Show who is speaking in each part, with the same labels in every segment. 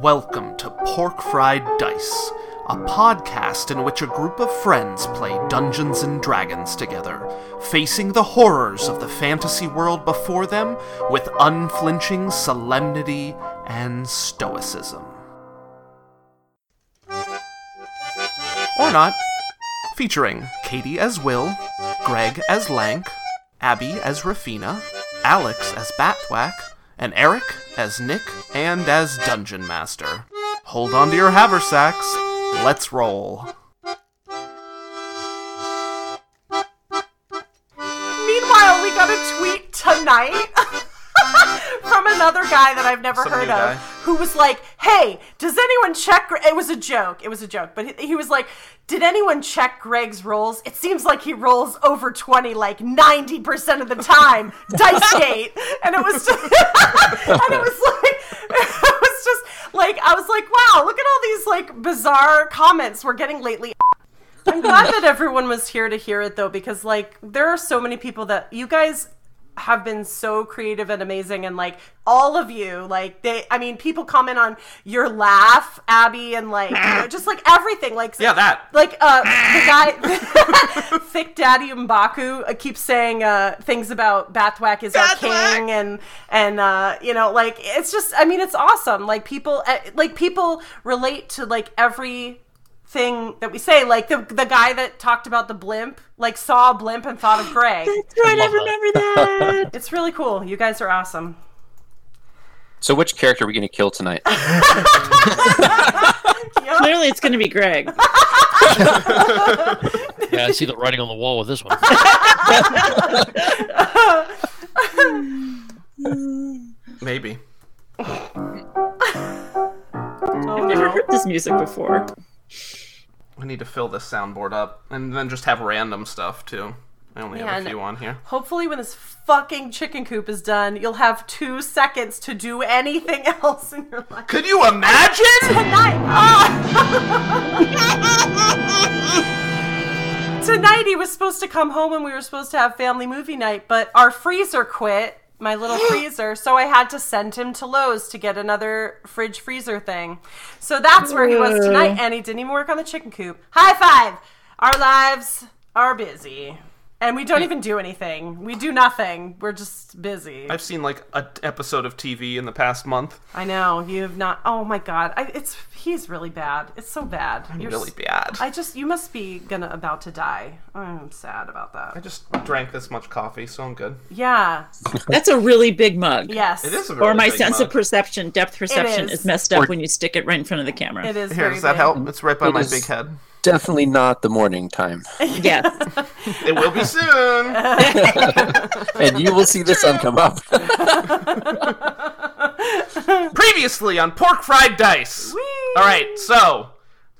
Speaker 1: Welcome to Pork Fried Dice, a podcast in which a group of friends play Dungeons and Dragons together, facing the horrors of the fantasy world before them with unflinching solemnity and stoicism. Or not. Featuring Katie as Will, Greg as Lank, Abby as Rafina, Alex as Batthwack, and Eric as Nick and as Dungeon Master. Hold on to your haversacks. Let's roll.
Speaker 2: Meanwhile, we got a tweet tonight from another guy that I've never
Speaker 1: Some
Speaker 2: heard
Speaker 1: new guy.
Speaker 2: of who was like, Hey, does anyone check? Gre-" It was a joke. It was a joke. But he, he was like, Did anyone check Greg's rolls? It seems like he rolls over 20 like 90% of the time. Dice gate. And it was just, and it was like, it was just like, I was like, Wow, look at all these like bizarre comments we're getting lately. I'm glad that everyone was here to hear it though, because like there are so many people that you guys have been so creative and amazing and like all of you like they i mean people comment on your laugh abby and like you know, just like everything like
Speaker 1: Yeah, that.
Speaker 2: like uh the guy thick daddy mbaku uh, keeps saying uh things about bathwack is our king and and uh you know like it's just i mean it's awesome like people uh, like people relate to like every thing that we say like the the guy that talked about the blimp like saw a blimp and thought of greg
Speaker 3: right, I remember that.
Speaker 2: it's really cool you guys are awesome
Speaker 4: So which character are we going to kill tonight?
Speaker 2: Yep.
Speaker 3: Clearly, it's going to be Greg.
Speaker 5: Yeah, I see the writing on the wall with this one.
Speaker 1: Maybe.
Speaker 2: Oh,
Speaker 3: I've never
Speaker 2: no.
Speaker 3: heard this music before.
Speaker 1: We need to fill this soundboard up and then just have random stuff too. I only
Speaker 2: Yeah,
Speaker 1: have
Speaker 2: and-
Speaker 1: a few on here.
Speaker 2: Hopefully, when this fucking chicken coop is done, you'll have two seconds to do anything else in your life.
Speaker 1: Could you imagine?
Speaker 2: Tonight, oh! tonight he was supposed to come home and we were supposed to have family movie night, but our freezer quit, my little freezer, so I had to send him to Lowe's to get another fridge freezer thing. So that's where he was tonight, and he didn't even work on the chicken coop. High five! Our lives are busy. And we don't even do anything. We do nothing. We're just busy.
Speaker 1: I've seen like an episode of TV in the past month.
Speaker 2: I know you have not. Oh my god, I, it's he's really bad. It's so bad. You're
Speaker 1: really
Speaker 2: s-
Speaker 1: bad.
Speaker 2: I just you must be gonna about to die. I'm sad about
Speaker 1: I
Speaker 2: that.
Speaker 1: just drank this much coffee, so I'm good.
Speaker 2: Yeah.
Speaker 3: That's a really big mug.
Speaker 2: Yes.
Speaker 1: It is. A really
Speaker 3: Or my
Speaker 1: big
Speaker 3: sense
Speaker 1: mug.
Speaker 3: of perception, depth perception
Speaker 2: is.
Speaker 3: is. messed up when you stick it right in front of the camera.
Speaker 2: It is.
Speaker 1: Here,
Speaker 2: very
Speaker 1: does that
Speaker 2: big.
Speaker 1: help? It's right by my
Speaker 4: is-
Speaker 1: big head.
Speaker 4: Definitely not the morning time.
Speaker 3: Yes.
Speaker 1: It will be soon.
Speaker 4: And you will see the sun come up.
Speaker 1: Previously on Pork Fried Dice. All right, so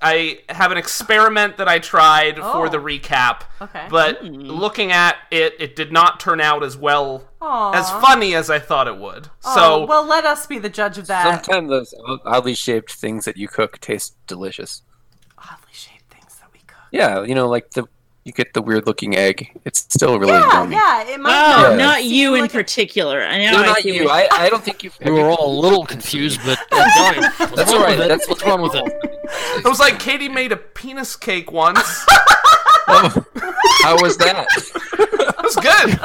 Speaker 1: I have an experiment that I tried for
Speaker 2: Oh.
Speaker 1: the recap.
Speaker 2: Okay.
Speaker 1: But looking at it, it did not turn out as well,
Speaker 2: Aw.
Speaker 1: as funny as I thought it would.
Speaker 2: Oh,
Speaker 1: so
Speaker 2: well, let us be the judge of that.
Speaker 4: Sometimes those oddly shaped things that you cook taste delicious.
Speaker 2: Oddly shaped things that we cook.
Speaker 4: Yeah, you know, like the you get the weird looking egg. It's still really
Speaker 2: Yeah,
Speaker 4: yummy.
Speaker 2: yeah. It might.
Speaker 3: Oh,
Speaker 2: not
Speaker 3: not
Speaker 2: seem
Speaker 3: you in
Speaker 2: like a-
Speaker 3: particular. I know.
Speaker 4: No,
Speaker 3: I
Speaker 4: not
Speaker 3: see
Speaker 4: you.
Speaker 3: what-
Speaker 4: I, I don't think you.
Speaker 5: We were all a little confused, but that's fine. What's
Speaker 4: That's
Speaker 5: wrong
Speaker 4: all right,
Speaker 5: With it?
Speaker 4: that's-
Speaker 5: What's wrong with it?
Speaker 1: it was like Katie made a penis cake once.
Speaker 4: Oh, how was that?
Speaker 1: it was good.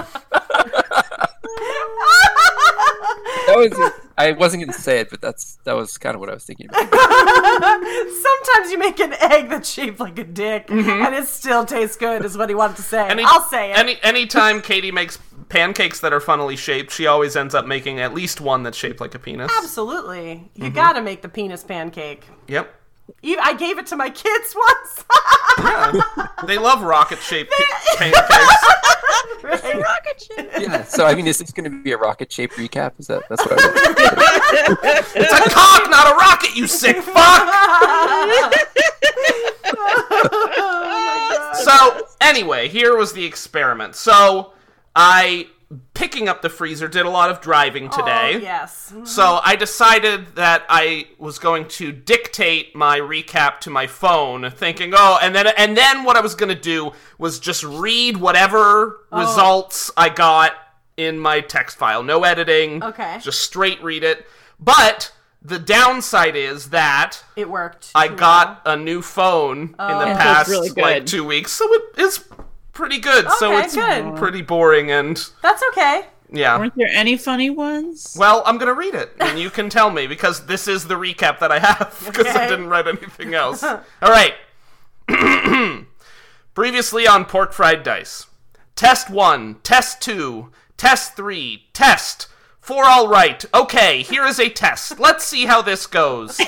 Speaker 4: That was. I wasn't going to say it, but that's that was kind of what I was thinking about.
Speaker 2: Sometimes you make an egg that's shaped like a dick, and it still tastes good. Is what he wanted to say.
Speaker 1: Mm-hmm. Any-
Speaker 2: I'll say it.
Speaker 1: Any anytime Katie makes pancakes that are funnily shaped, she always ends up making at least one that's shaped like a penis.
Speaker 2: Absolutely,
Speaker 1: Mm-hmm.
Speaker 2: you gotta make the penis pancake.
Speaker 1: Yep.
Speaker 2: E- I gave it to my kids once.
Speaker 1: They love rocket shaped pancakes.
Speaker 4: Yeah. So I mean, is this going to be a rocket shaped recap? Is that that's what I was.
Speaker 1: It's a cock, not a rocket, you sick fuck! So, anyway, here was the experiment. So, I, picking up the freezer, did a lot of driving today.
Speaker 2: Oh, yes.
Speaker 1: So, I decided that I was going to dictate my recap to my phone, thinking, oh, and then, and then what I was going to do was just read whatever
Speaker 2: Oh.
Speaker 1: results I got in my text file. No editing.
Speaker 2: Okay.
Speaker 1: Just straight read it. But The downside is that
Speaker 2: It worked.
Speaker 1: I
Speaker 2: too
Speaker 1: got a new phone in the
Speaker 3: Oh.
Speaker 1: past
Speaker 3: That's really
Speaker 1: like
Speaker 3: good.
Speaker 1: two weeks, so it is pretty good. so
Speaker 2: Okay,
Speaker 1: it's
Speaker 2: good.
Speaker 1: pretty boring and
Speaker 2: well. That's okay.
Speaker 1: yeah.
Speaker 3: Weren't there any funny ones?
Speaker 1: Well, I'm gonna read it, and you can tell me because this is the recap that I have because I
Speaker 2: Okay.
Speaker 1: didn't write anything else. All right. Previously on pork fried dice. Test one, test two, test three, test. For all right. Okay, here is a test. Let's see how this goes.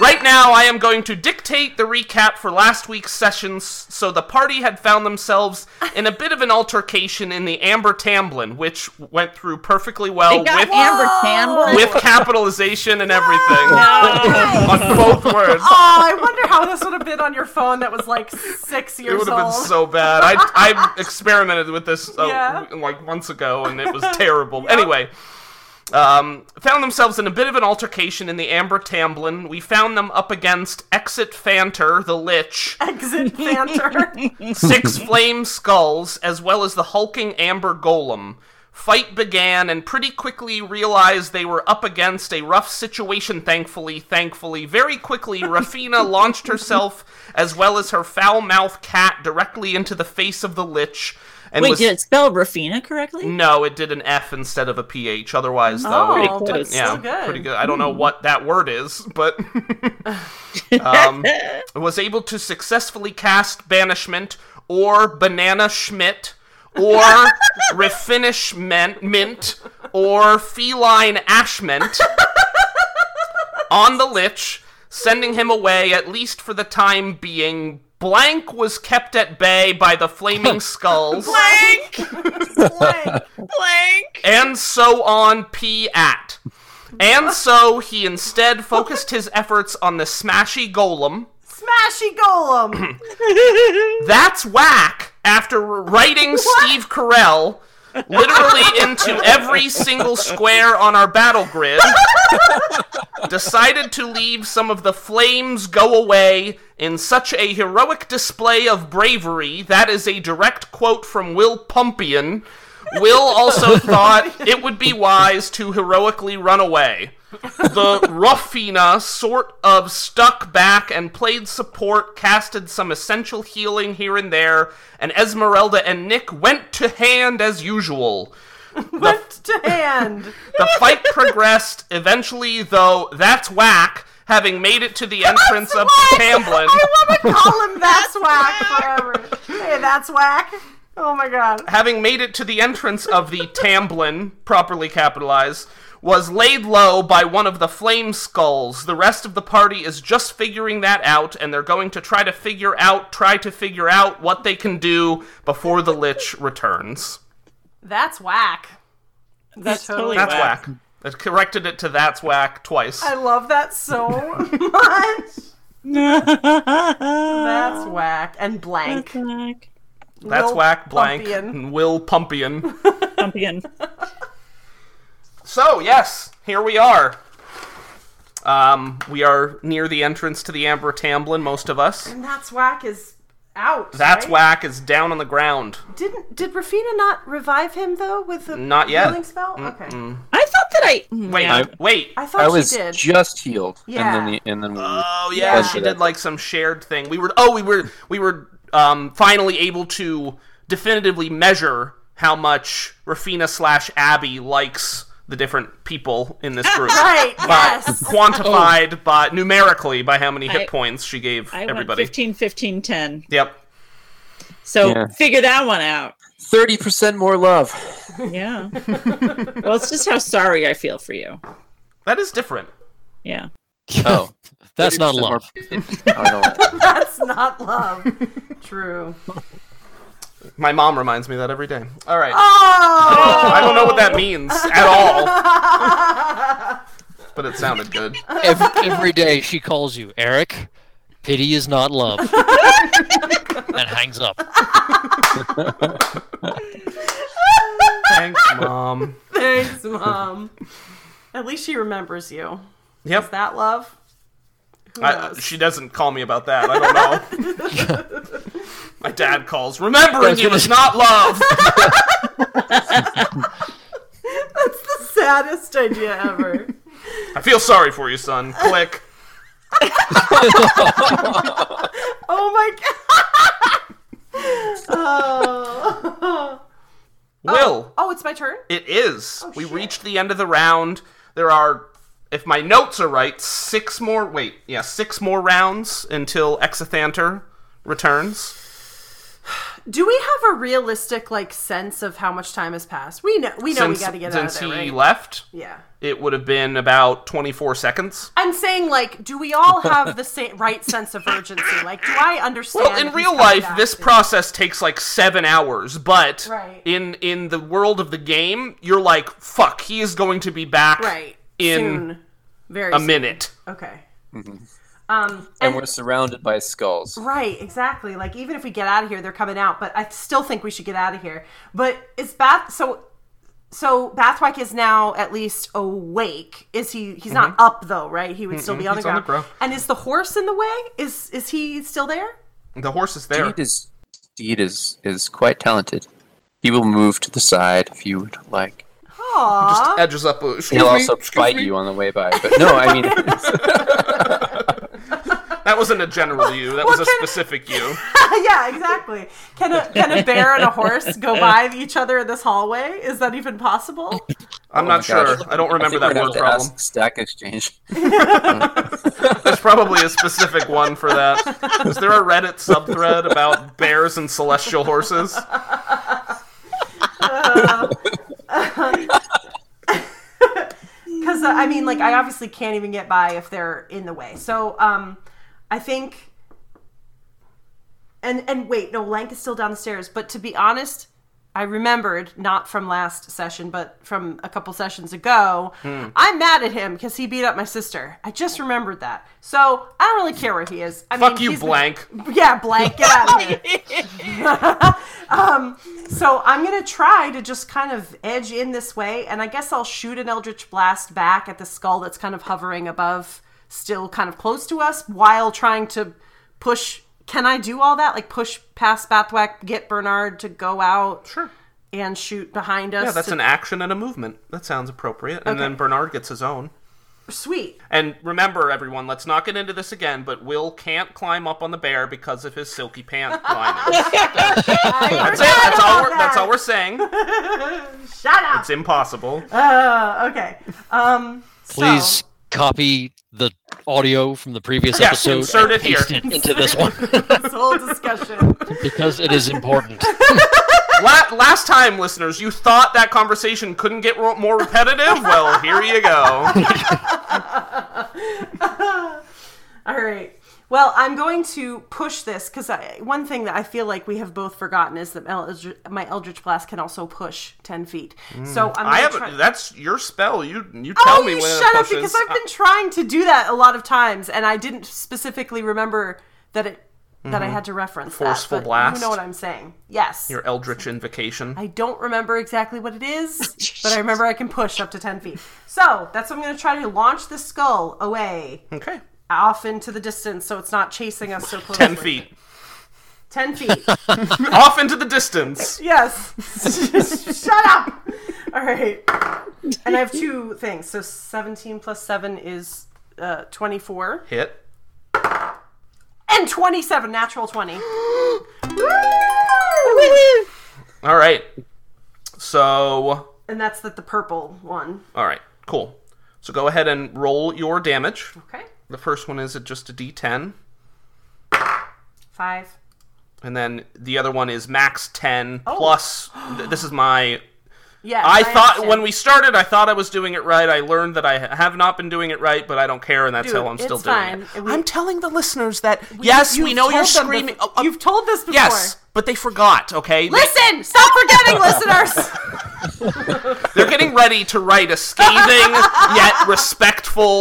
Speaker 1: Right now, I am going to dictate the recap for last week's sessions. So the party had found themselves in a bit of an altercation in the Amber Tamblin, which went through perfectly well
Speaker 3: They got
Speaker 1: with
Speaker 3: Amber Tamblin.
Speaker 1: with capitalization and everything
Speaker 2: Nice.
Speaker 1: on both words.
Speaker 2: Oh, I wonder how this would have been on your phone that was like six
Speaker 1: It
Speaker 2: years
Speaker 1: would have been
Speaker 2: old.
Speaker 1: so bad. I I experimented with this uh,
Speaker 2: Yeah.
Speaker 1: like months ago, and it was terrible. Anyway, um, found themselves in a bit of an altercation in the Amber Tamblin. We found them up against Exit Fanter, the Lich,
Speaker 2: Exit banter.
Speaker 1: six flame skulls, as well as the hulking Amber Golem. Fight began, and pretty quickly realized they were up against a rough situation. Thankfully, thankfully, very quickly, Rafina launched herself as well as her foul mouthed cat directly into the face of the lich. And
Speaker 3: Wait,
Speaker 1: was...
Speaker 3: did it spell Rafina correctly?
Speaker 1: No, it did an F instead of a PH. Otherwise, though,
Speaker 2: Oh,
Speaker 1: it
Speaker 2: but
Speaker 1: didn't-
Speaker 3: it's
Speaker 1: yeah,
Speaker 2: still good. Hmm.
Speaker 1: pretty good. I don't know what that word is, but um, was able to successfully cast banishment or banana schmidt or refinishment mint or feline ashment on the lich, sending him away at least for the time being. Blank was kept at bay by the flaming skulls
Speaker 3: Blank,
Speaker 2: Like,
Speaker 3: blank.
Speaker 1: and so on p at and so he instead focused his efforts on the smashy golem
Speaker 2: smashy golem.
Speaker 1: that's whack after writing steve carell literally into every single square on our battle grid decided to leave some of the flames go away in such a heroic display of bravery that is a direct quote from will pumpian will also thought it would be wise to heroically run away the Ruffina sort of stuck back and played support, casted some essential healing here and there, and Esmeralda and Nick went to hand as usual.
Speaker 2: Left to hand.
Speaker 1: The fight progressed eventually, though that's whack, having made it to the entrance of
Speaker 2: whack!
Speaker 1: Tamblin.
Speaker 2: I want to call him that's whack forever. Hey, that's whack. Oh my god.
Speaker 1: having made it to the entrance of the Tamblin, properly capitalized, was laid low by one of the flame skulls. The rest of the party is just figuring that out, and they're going to try to figure out, try to figure out what they can do before the Lich returns.
Speaker 2: That's whack. That's
Speaker 3: totally
Speaker 1: That's
Speaker 3: Whack.
Speaker 1: whack. I corrected it to that's whack twice.
Speaker 2: I love that so much. That's whack and blank.
Speaker 3: Blank.
Speaker 1: That's
Speaker 2: Will
Speaker 1: whack, blank,
Speaker 2: Pumpian.
Speaker 1: and Will Pumpian.
Speaker 3: Pumpkin.
Speaker 1: So yes, here we are. Um, we are near the entrance to the Amber Tamblin, most of us.
Speaker 2: And that's whack is out.
Speaker 1: That's
Speaker 2: right?
Speaker 1: whack is down on the ground.
Speaker 2: Didn't did Rafina not revive him though with the
Speaker 1: Not yet.
Speaker 2: healing spell? Okay.
Speaker 3: I thought that I
Speaker 1: Wait,
Speaker 3: Yeah.
Speaker 1: wait.
Speaker 2: I thought
Speaker 4: I
Speaker 2: she
Speaker 4: was
Speaker 2: did.
Speaker 4: just healed, and then
Speaker 2: Yeah.
Speaker 4: the, and then we.
Speaker 5: Uh,
Speaker 1: Oh yeah,
Speaker 2: Yeah.
Speaker 1: she did like some shared thing. We were oh we were we were um, finally able to definitively measure how much Rafina slash Abby likes the different people in this group.
Speaker 2: right.
Speaker 1: But
Speaker 2: Yes.
Speaker 1: quantified by numerically by how many hit
Speaker 3: I-
Speaker 1: points she gave
Speaker 3: I
Speaker 1: everybody.
Speaker 3: went 15, 15, 10.
Speaker 1: Yep.
Speaker 3: So
Speaker 4: Yeah.
Speaker 3: figure that one out.
Speaker 4: Thirty percent more love.
Speaker 3: Yeah. well, it's just how sorry I feel for you.
Speaker 1: That is different.
Speaker 3: Yeah.
Speaker 4: Oh,
Speaker 5: That's not
Speaker 4: 30% more-
Speaker 5: love.
Speaker 4: I don't know.
Speaker 2: That's not love. True.
Speaker 1: My mom reminds me that every day. All right.
Speaker 2: Oh.
Speaker 1: I don't know what that means at all. but it sounded good.
Speaker 5: Every, every day she calls you, Eric. Pity is not love, and hangs up.
Speaker 1: Thanks, mom.
Speaker 2: Thanks, mom. At least she remembers you. Is
Speaker 1: Yep.
Speaker 2: that love? Who
Speaker 1: I-
Speaker 2: knows?
Speaker 1: she doesn't call me about that. I don't know. My dad calls. Remembering you is not love.
Speaker 2: Saddest idea ever.
Speaker 1: I feel sorry for you, son. Click.
Speaker 2: Oh my god. oh.
Speaker 1: Will.
Speaker 2: oh, it's my turn?
Speaker 1: It is. we reached the end of the round. There are, if my notes are right, six more. Wait, yeah, six more rounds until Exathanter returns.
Speaker 2: Do we have a realistic like sense of how much time has passed? We know Oh, we know
Speaker 1: since
Speaker 2: we got to get out of
Speaker 1: since
Speaker 2: there,
Speaker 1: he
Speaker 2: right?
Speaker 1: left,
Speaker 2: yeah.
Speaker 1: it would have been about twenty-four seconds.
Speaker 2: I'm saying like, do we all have the same right sense of urgency? Like, do I understand?
Speaker 1: Well, in
Speaker 2: he's
Speaker 1: real
Speaker 2: coming
Speaker 1: life,
Speaker 2: back?
Speaker 1: this process takes like seven hours, but
Speaker 2: Right.
Speaker 1: in in the world of the game, you're like, fuck, he is going to be back
Speaker 2: right
Speaker 1: in
Speaker 2: soon, very
Speaker 1: a
Speaker 2: soon.
Speaker 1: minute.
Speaker 2: Okay. Um,
Speaker 4: Mm-hmm. and we're surrounded by skulls.
Speaker 2: Right, exactly. Like even if we get out of here, they're coming out. But I still think we should get out of here. But is Bath so? So Bathwack is now at least awake. Is he? He's not up though, right? He would still be on the
Speaker 1: Mm-hmm. he's on the
Speaker 2: ground.
Speaker 1: ground.
Speaker 2: and is the horse in the way? Is is he still there?
Speaker 1: The horse is there.
Speaker 4: Deed is Deed is is quite talented. He will move to the side if you would like.
Speaker 2: Aww.
Speaker 1: Just edges up. uh, "Excuse
Speaker 4: He'll
Speaker 1: me,
Speaker 4: also
Speaker 1: excuse
Speaker 4: bite
Speaker 1: me."
Speaker 4: you on the way by. But Oh no, I mean,
Speaker 1: That wasn't a general you. That was a
Speaker 2: What kind of-
Speaker 1: specific you.
Speaker 2: yeah, exactly. Can a can a bear and a horse go by each other in this hallway? Is that even possible?
Speaker 1: I'm
Speaker 4: oh my
Speaker 1: not sure.
Speaker 4: gosh.
Speaker 1: I don't remember
Speaker 4: think we're
Speaker 1: that
Speaker 4: gonna
Speaker 1: word
Speaker 4: have to
Speaker 1: problem.
Speaker 4: ask Stack exchange.
Speaker 1: There's probably a specific one for that. Is there a Reddit subthread about bears and celestial horses?
Speaker 2: Because uh, I mean, like, I obviously can't even get by if they're in the way. So, um, I think. And and wait, no, Lank is still downstairs. But to be honest, I remembered not from last session, but from a couple sessions ago.
Speaker 1: Hmm.
Speaker 2: I'm mad at him because he beat up my sister. I just remembered that. So I don't really care where he is. I
Speaker 1: Fuck
Speaker 2: mean,
Speaker 1: you,
Speaker 2: he's been-
Speaker 1: blank.
Speaker 2: yeah, blank. Get out of here. um, so I'm gonna try to just kind of edge in this way, and I guess I'll shoot an eldritch blast back at the skull that's kind of hovering above, still kind of close to us, while trying to push. Can I do all that? Like push past Bathwack, get Bernard to go out,
Speaker 1: Sure.
Speaker 2: and shoot behind us.
Speaker 1: Yeah, that's
Speaker 2: to-
Speaker 1: an action and a movement. That sounds appropriate. And then Bernard gets his own.
Speaker 2: sweet.
Speaker 1: And remember, everyone, let's not get into this again, but Will can't climb up on the bear because of his silky pant linings. that's it. That's all, we're, that's all we're saying.
Speaker 2: Shut up.
Speaker 1: It's impossible.
Speaker 2: Uh, okay. Um, so-
Speaker 5: Please copy the audio from the previous
Speaker 1: Yes,
Speaker 5: episode
Speaker 1: insert
Speaker 5: and
Speaker 1: it
Speaker 5: paste
Speaker 1: here.
Speaker 5: it into this one
Speaker 2: this whole discussion.
Speaker 5: because it is important.
Speaker 1: La- last time, listeners, you thought that conversation couldn't get ro- more repetitive? Well, here you go.
Speaker 2: All right. Well, I'm going to push this because one thing that I feel like we have both forgotten is that my Eldritch, my Eldritch Blast can also push 10 feet. So
Speaker 1: Mm.
Speaker 2: I'm
Speaker 1: I
Speaker 2: going
Speaker 1: haven't.
Speaker 2: to try.
Speaker 1: That's your spell. You you tell
Speaker 2: Oh,
Speaker 1: me
Speaker 2: you
Speaker 1: when
Speaker 2: shut
Speaker 1: it
Speaker 2: up
Speaker 1: pushes.
Speaker 2: because I've been trying to do that a lot of times and I didn't specifically remember that it that I had to reference
Speaker 1: Mm-hmm. Forceful
Speaker 2: that, but
Speaker 1: blast.
Speaker 2: You know what I'm saying? Yes.
Speaker 1: your eldritch invocation.
Speaker 2: I don't remember exactly what it is, but I remember I can push up to 10 feet. So that's what I'm going to try to launch the skull away
Speaker 1: okay,
Speaker 2: off into the distance so it's not chasing us so closely.
Speaker 1: ten feet
Speaker 2: 10 feet.
Speaker 1: off into the distance.
Speaker 2: Yes. Shut up. All right. And I have two things. So 17 plus 7 is uh, 24.
Speaker 1: Hit.
Speaker 2: And 27, natural 20.
Speaker 1: All right. So
Speaker 2: and that's the, the purple one.
Speaker 1: all right, cool. So go ahead and roll your damage.
Speaker 2: Okay.
Speaker 1: The first one is just a D10,
Speaker 2: Five.
Speaker 1: and then the other one is max 10
Speaker 2: Oh.
Speaker 1: plus. th- This is my
Speaker 2: Yeah.
Speaker 1: I thought
Speaker 2: understand.
Speaker 1: when we started, I thought I was doing it right. I learned that I ha- have not been doing it right, but I don't care, and that's
Speaker 2: Dude,
Speaker 1: how I'm
Speaker 2: it's
Speaker 1: still
Speaker 2: fine.
Speaker 1: doing it.
Speaker 2: We-
Speaker 1: I'm telling the listeners that yes, we
Speaker 2: You've
Speaker 1: know you're
Speaker 2: told them bef-
Speaker 1: screaming. Oh, oh,
Speaker 2: You've told this before.
Speaker 1: yes, but they forgot. Okay,
Speaker 2: Listen! Stop forgetting, listeners!
Speaker 1: they're getting ready to write a scathing yet respectful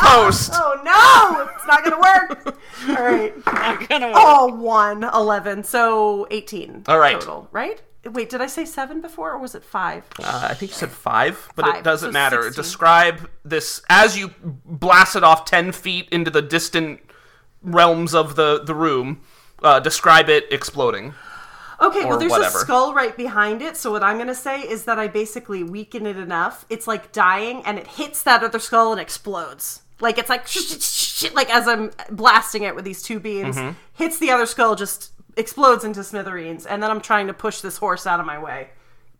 Speaker 1: post.
Speaker 2: Oh no! It's not going to work. All right.
Speaker 3: I'm gonna.
Speaker 2: Oh, one, 11. So 18.
Speaker 1: All right.
Speaker 2: Total, right? Wait, did I say seven before or was it five?
Speaker 1: Uh, I think you said five, but it
Speaker 2: Five,
Speaker 1: doesn't
Speaker 2: so
Speaker 1: matter.
Speaker 2: 16.
Speaker 1: Describe this as you blast it off ten feet into the distant realms of the the room. Uh, describe it exploding.
Speaker 2: Okay,
Speaker 1: Or
Speaker 2: well, there's
Speaker 1: whatever.
Speaker 2: a skull right behind it. So what I'm gonna say is that I basically weaken it enough. It's like dying, and it hits that other skull and explodes. Like it's like like as I'm blasting it with these two beams,
Speaker 1: Mm-hmm.
Speaker 2: hits the other skull, just explodes into smithereens, and then I'm trying to push this horse out of my way.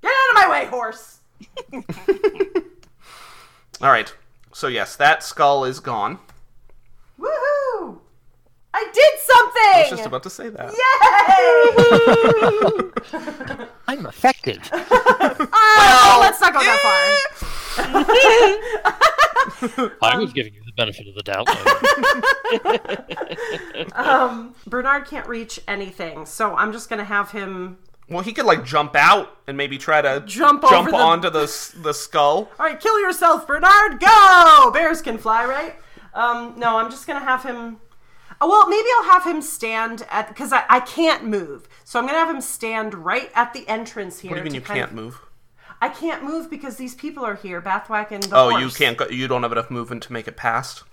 Speaker 2: Get out of my way, horse!
Speaker 1: All right. So yes, that skull is gone.
Speaker 2: Woohoo! I did something.
Speaker 1: I was just about to say that.
Speaker 2: Yay!
Speaker 5: I'm effective.
Speaker 2: Ah, let's not go that far.
Speaker 5: I was giving you the benefit of the doubt.
Speaker 2: Bernard can't reach anything, so I'm just gonna have him.
Speaker 1: Well, he could like jump out and maybe try to
Speaker 2: Jump over
Speaker 1: jump
Speaker 2: the-
Speaker 1: onto the s- the skull.
Speaker 2: All right, kill yourself, Bernard. Go. Bears can fly, right? Um, no, I'm just gonna have him. Oh, well, maybe I'll have him stand at because I, I can't move, so I'm gonna have him stand right at the entrance here.
Speaker 1: What do you mean
Speaker 2: to
Speaker 1: you
Speaker 2: kind
Speaker 1: can't
Speaker 2: of-
Speaker 1: move?
Speaker 2: I can't move because these people are here, Bathwack and the
Speaker 1: Oh, you
Speaker 2: horse.
Speaker 1: can't. Go, you don't have enough movement to make it past.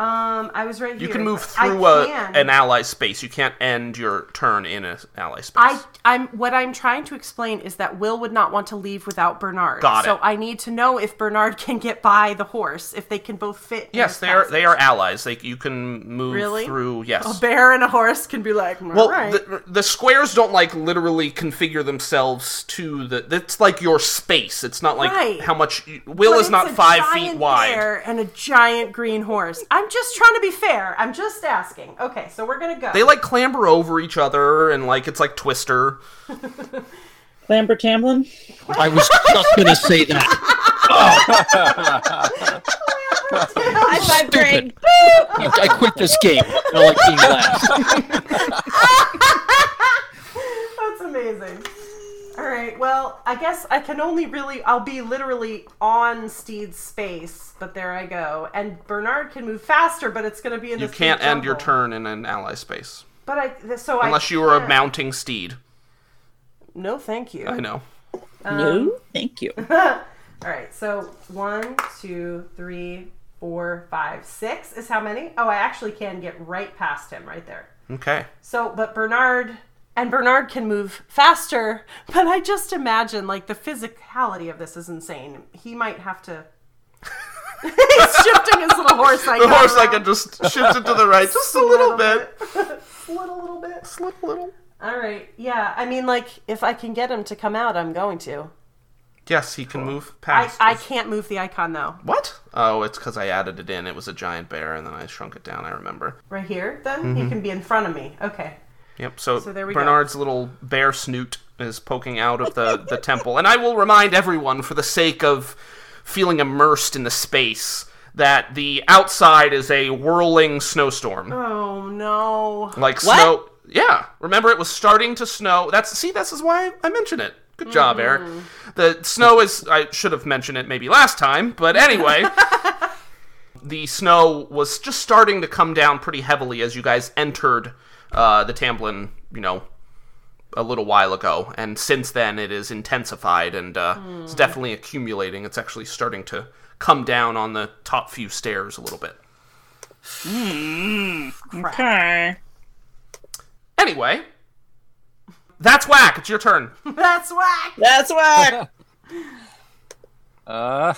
Speaker 2: Um, I was right here.
Speaker 1: You can move
Speaker 2: I
Speaker 1: through a,
Speaker 2: can.
Speaker 1: an ally space. You can't end your turn in an ally space.
Speaker 2: I, I'm what I'm trying to explain is that Will would not want to leave without Bernard.
Speaker 1: Got it.
Speaker 2: So I need to know if Bernard can get by the horse, if they can both fit. in
Speaker 1: yes,
Speaker 2: this
Speaker 1: they are. They
Speaker 2: passage.
Speaker 1: are allies. Like you can move
Speaker 2: Really?
Speaker 1: through. Yes.
Speaker 2: A bear and a horse can be like.
Speaker 1: well,
Speaker 2: well, right.
Speaker 1: the, the squares don't like literally configure themselves to the. That's like your space. It's not like
Speaker 2: Right.
Speaker 1: how much. You, Will
Speaker 2: But
Speaker 1: is
Speaker 2: it's
Speaker 1: not
Speaker 2: a
Speaker 1: five
Speaker 2: giant
Speaker 1: feet wide.
Speaker 2: bear and a giant green horse. I'm just trying to be fair. I'm just asking. Okay, so we're gonna go.
Speaker 1: They like clamber over each other and like it's like Twister.
Speaker 3: Lambert Tamlin?
Speaker 5: I was just gonna say that.
Speaker 3: High five, Greg.
Speaker 5: I quit this game. I don't like being last.
Speaker 2: That's amazing. All right. Well, I guess I can only really I'll be literally on Steed's space, but there I go. And Bernard can move faster, but it's going to be in
Speaker 1: You
Speaker 2: this big
Speaker 1: can't end your
Speaker 2: jungle.
Speaker 1: turn in an ally space
Speaker 2: But I th- so
Speaker 1: unless
Speaker 2: I
Speaker 1: you are a
Speaker 2: can't-
Speaker 1: mounting steed.
Speaker 2: No, thank you.
Speaker 1: I know.
Speaker 3: no, thank you.
Speaker 2: All right. So one, two, three, four, five, six is how many? Oh, I actually can get right past him right there.
Speaker 1: Okay.
Speaker 2: So, but Bernard and Bernard can move faster, but I just imagine like the physicality of this is insane. He might have to. He's shifting his little horse. Like
Speaker 1: The horse I can just shift it to the right just a little bit.
Speaker 2: Slid a little bit.
Speaker 1: Slip a little.
Speaker 2: All right. Yeah. I mean, like if I can get him to come out, I'm going to.
Speaker 1: Yes, he can move
Speaker 2: I,
Speaker 1: past.
Speaker 2: I can't move the icon though.
Speaker 1: What? Oh, it's because I added it in. It was a giant bear, and then I shrunk it down. I remember.
Speaker 2: Right here, then
Speaker 1: Mm-hmm.
Speaker 2: he can be in front of me. Okay.
Speaker 1: Yep. So,
Speaker 2: So there we go.
Speaker 1: Bernard's little bear snoot is poking out of the the temple, and I will remind everyone, for the sake of feeling immersed in the space, that the outside is a whirling snowstorm,
Speaker 2: Oh no.
Speaker 1: like snow. Yeah. Remember, it was starting to snow. That's see. This is why I mention it. Good job, Eric. The snow is. I should have mentioned it maybe last time, but anyway. the snow was just starting to come down pretty heavily as you guys entered uh, the Tamblin, you know, a little while ago. And since then, it is intensified and uh, it's definitely accumulating. It's actually starting to come down on the top few stairs a little bit.
Speaker 3: Okay.
Speaker 1: Anyway, that's whack. It's your turn.
Speaker 2: That's whack.
Speaker 3: That's whack.
Speaker 4: Uh,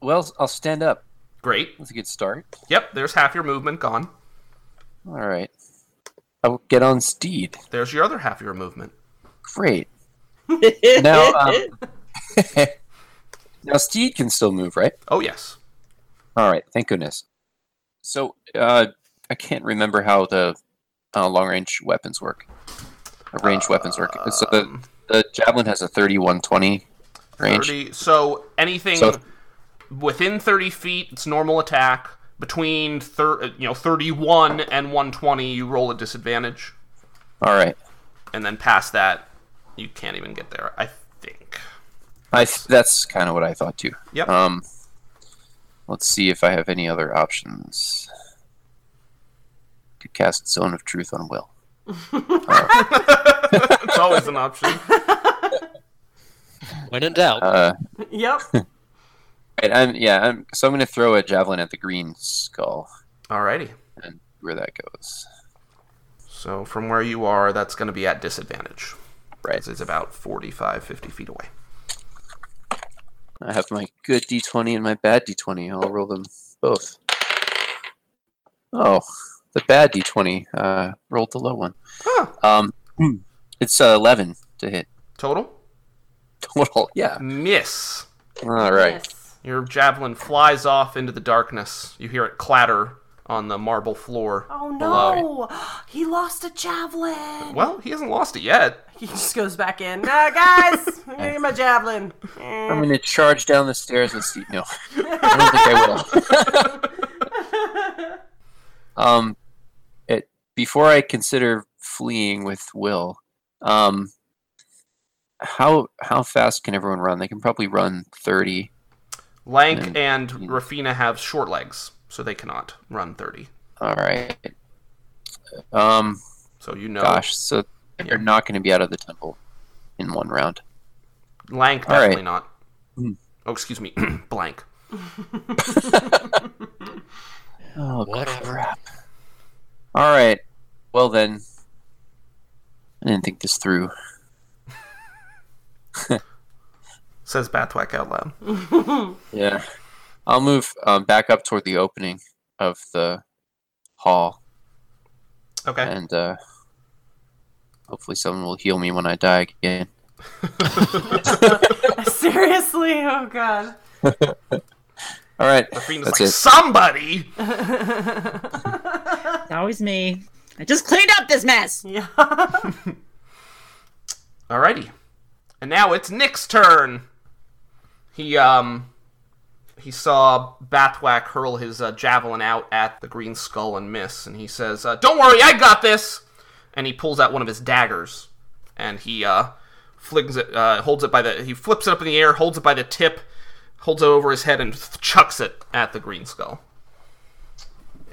Speaker 4: well, I'll stand up.
Speaker 1: Great.
Speaker 4: That's a good start.
Speaker 1: Yep, there's half your movement gone.
Speaker 4: All right. I will get on Steed.
Speaker 1: There's your other half of your movement.
Speaker 4: Great. Now, um, now Steed can still move, right?
Speaker 1: Oh, yes.
Speaker 4: All right. Thank goodness. So uh, I can't remember how the uh, long range weapons work. Uh, Range weapons work. So the, the javelin has a 3120 range.
Speaker 1: 30, so anything
Speaker 4: So-
Speaker 1: within 30 feet, it's normal attack. Between thir- uh, you know 31 and 120, you roll a disadvantage,
Speaker 4: All right.
Speaker 1: and then past that, you can't even get there. I think.
Speaker 4: I th- that's kind of what I thought too.
Speaker 1: Yep.
Speaker 4: Um, let's see if I have any other options. Could cast Zone of Truth on Will.
Speaker 1: It's always an option.
Speaker 5: When in doubt,
Speaker 2: Yep.
Speaker 4: Right, Uh, I'm yeah. I'm, so I'm going to throw a javelin at the green skull
Speaker 1: Alrighty.
Speaker 4: and where that goes.
Speaker 1: So from where you are, that's going to be at disadvantage.
Speaker 4: Right.
Speaker 1: 'cause it's about 45, 50 feet away.
Speaker 4: I have my good d20 and my bad d20. I'll roll them both. Oh, the bad d20 uh, rolled the low one.
Speaker 1: Huh.
Speaker 4: Um, it's uh, 11 to hit
Speaker 1: Total?
Speaker 4: total. Yeah.
Speaker 1: Miss.
Speaker 4: All right.
Speaker 2: Yes.
Speaker 1: Your javelin flies off into the darkness. You hear it clatter on the marble floor.
Speaker 2: Oh
Speaker 1: below.
Speaker 2: no, he lost a javelin.
Speaker 1: Well, he hasn't lost it yet.
Speaker 2: He just goes back in. Uh, guys, I'm gonna get my javelin.
Speaker 4: I'm going to charge down the stairs with Steve. No, I don't think I will. um, it, before I consider fleeing with Will, um, how how fast can everyone run? They can probably run 30.
Speaker 1: Lank
Speaker 4: Mm.
Speaker 1: and Rafina have short legs, so they cannot run 30.
Speaker 4: All right. Um,
Speaker 1: So you know,
Speaker 4: gosh, so they're not going to be out of the temple in one round.
Speaker 1: Lank
Speaker 4: all right.
Speaker 1: definitely not.
Speaker 4: Hmm.
Speaker 1: Oh, excuse me, blank.
Speaker 4: Oh,
Speaker 5: Whatever.
Speaker 4: crap. All right. Well then, I didn't think this through.
Speaker 1: Says Bathwack out loud.
Speaker 4: Yeah. I'll move um, back up toward the opening of the hall,
Speaker 1: Okay.
Speaker 4: and uh, hopefully someone will heal me when I die
Speaker 2: Eh,
Speaker 4: again.
Speaker 2: Seriously, oh god.
Speaker 4: All right.
Speaker 1: Rafina's
Speaker 4: That's
Speaker 1: like,
Speaker 4: it.
Speaker 1: somebody!
Speaker 3: It's always me. I just cleaned up this mess.
Speaker 2: Yeah.
Speaker 1: Alrighty. And now it's Nick's turn. He um he saw Bathwack hurl his uh, javelin out at the green skull and miss, and he says, uh, "Don't worry, I got this." And he pulls out one of his daggers, and he uh, flings it, uh, holds it by the, he flips it up in the air, holds it by the tip, holds it over his head, and chucks it at the green skull.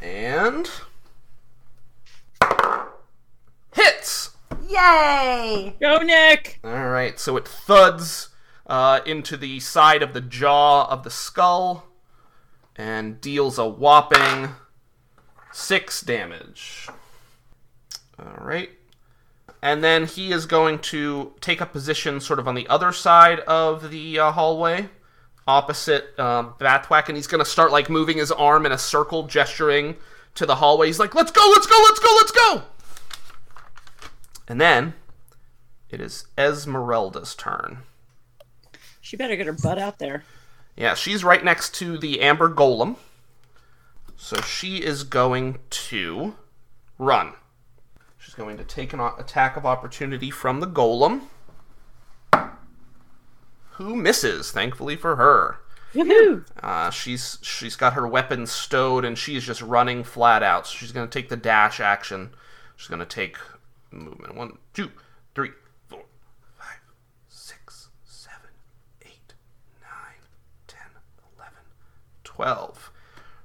Speaker 1: And hits.
Speaker 2: Yay!
Speaker 3: Go, Nick.
Speaker 1: All right, so it thuds uh, into the side of the jaw of the skull and deals a whopping six damage. All right. And then he is going to take a position sort of on the other side of the uh, hallway, opposite um, Bathwack, and he's going to start like moving his arm in a circle, gesturing to the hallway. He's like, let's go, let's go, let's go, let's go! And then it is Esmeralda's turn.
Speaker 3: She better get her butt out there.
Speaker 1: Yeah, she's right next to the Amber Golem. So she is going to run. She's going to take an o- attack of opportunity from the Golem. Who misses, thankfully for her.
Speaker 3: Woohoo!
Speaker 1: Uh, she's she's got her weapon stowed and she's just running flat out. So she's gonna take the dash action. She's gonna take movement. One, two, three, four, five, six, seven, eight, nine, ten, eleven, twelve.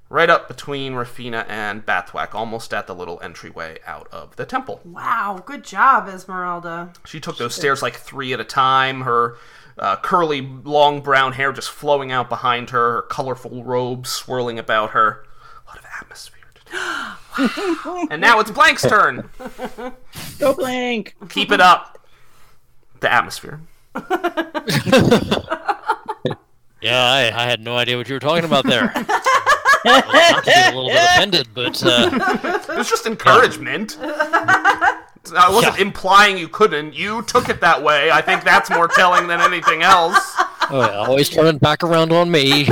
Speaker 1: Right up between Rafina and Bathwack, almost at the little entryway out of the temple.
Speaker 2: Wow, good job, Esmeralda.
Speaker 1: She took those stairs like three at a time. Her uh, curly, long brown hair just flowing out behind her. Her colorful robe swirling about her. A lot of atmosphere. today. and now it's Blank's turn.
Speaker 3: Go, Blank.
Speaker 1: Keep it up. The atmosphere.
Speaker 5: Yeah, I, I had no idea what you were talking about there. I was actually a little bit offended, but uh,
Speaker 1: It was just encouragement. I wasn't
Speaker 5: Yeah.
Speaker 1: implying you couldn't. You took it that way. I think that's more telling than anything else.
Speaker 5: oh, yeah, always turning back around on me.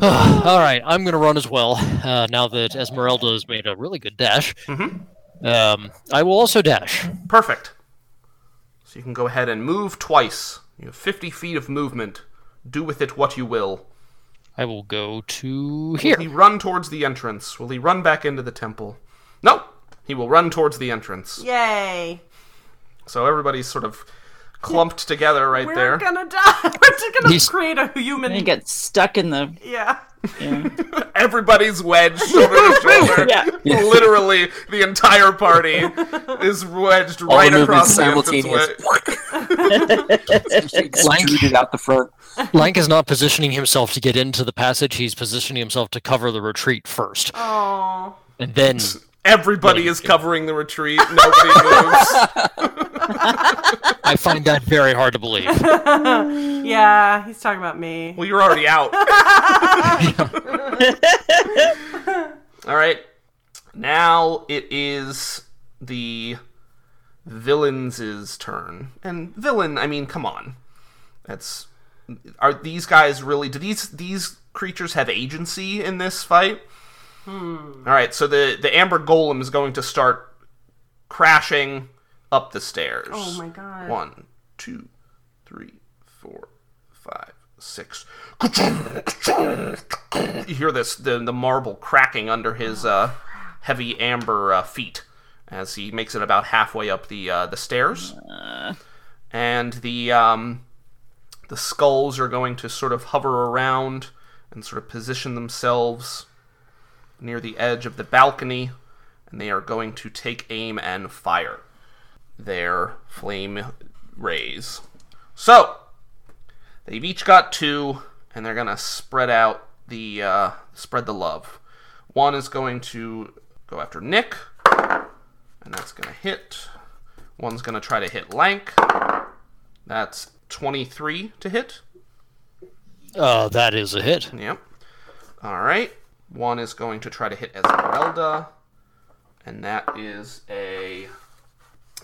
Speaker 5: All right, I'm going to run as well. Uh, now that Esmeralda has made a really good dash, um, I will also dash.
Speaker 1: Perfect. So you can go ahead and move twice. You have 50 feet of movement. Do with it what you will.
Speaker 5: I will go to here.
Speaker 1: He run towards the entrance. Will he run back into the temple? No. He will run towards the entrance.
Speaker 2: Yay.
Speaker 1: So everybody's sort of clumped together right
Speaker 2: We're
Speaker 1: there.
Speaker 2: gonna die. We're just gonna
Speaker 5: He's-
Speaker 2: create a
Speaker 3: And
Speaker 2: human.
Speaker 3: get stuck in the.
Speaker 2: Yeah.
Speaker 1: Everybody's wedged shoulder to shoulder.
Speaker 3: Yeah.
Speaker 1: Literally, the entire party is wedged
Speaker 4: All
Speaker 1: right
Speaker 4: the movements
Speaker 1: across the entrance
Speaker 4: simultaneous.
Speaker 1: way.
Speaker 4: Extruded out the front.
Speaker 5: Lank is not positioning himself to get into the passage. He's positioning himself to cover the retreat first,
Speaker 2: Oh.
Speaker 5: and then
Speaker 1: Everybody is covering the retreat. Nobody moves.
Speaker 5: I find that very hard to believe.
Speaker 2: yeah, he's talking about me.
Speaker 1: Well, you're already out. All right. Now it is the villains' turn. And villain, I mean, come on. That's are these guys really do these these creatures have agency in this fight?
Speaker 2: Hmm.
Speaker 1: All right, so the the amber golem is going to start crashing up the stairs.
Speaker 2: Oh my god.
Speaker 1: One, two, three, four, five, six. You hear this the, the marble cracking under his uh, heavy amber uh, feet as he makes it about halfway up the uh, the stairs, and the um, the skulls are going to sort of hover around and sort of position themselves near the edge of the balcony, and they are going to take aim and fire their flame rays. So they've each got two, and they're gonna spread out the uh, spread the love. One is going to go after Nick, and that's gonna hit. One's gonna try to hit Lank. That's 23 to hit.
Speaker 5: Uh, that is a hit.
Speaker 1: Yep. All right. One is going to try to hit Esmeralda, and that is a uh,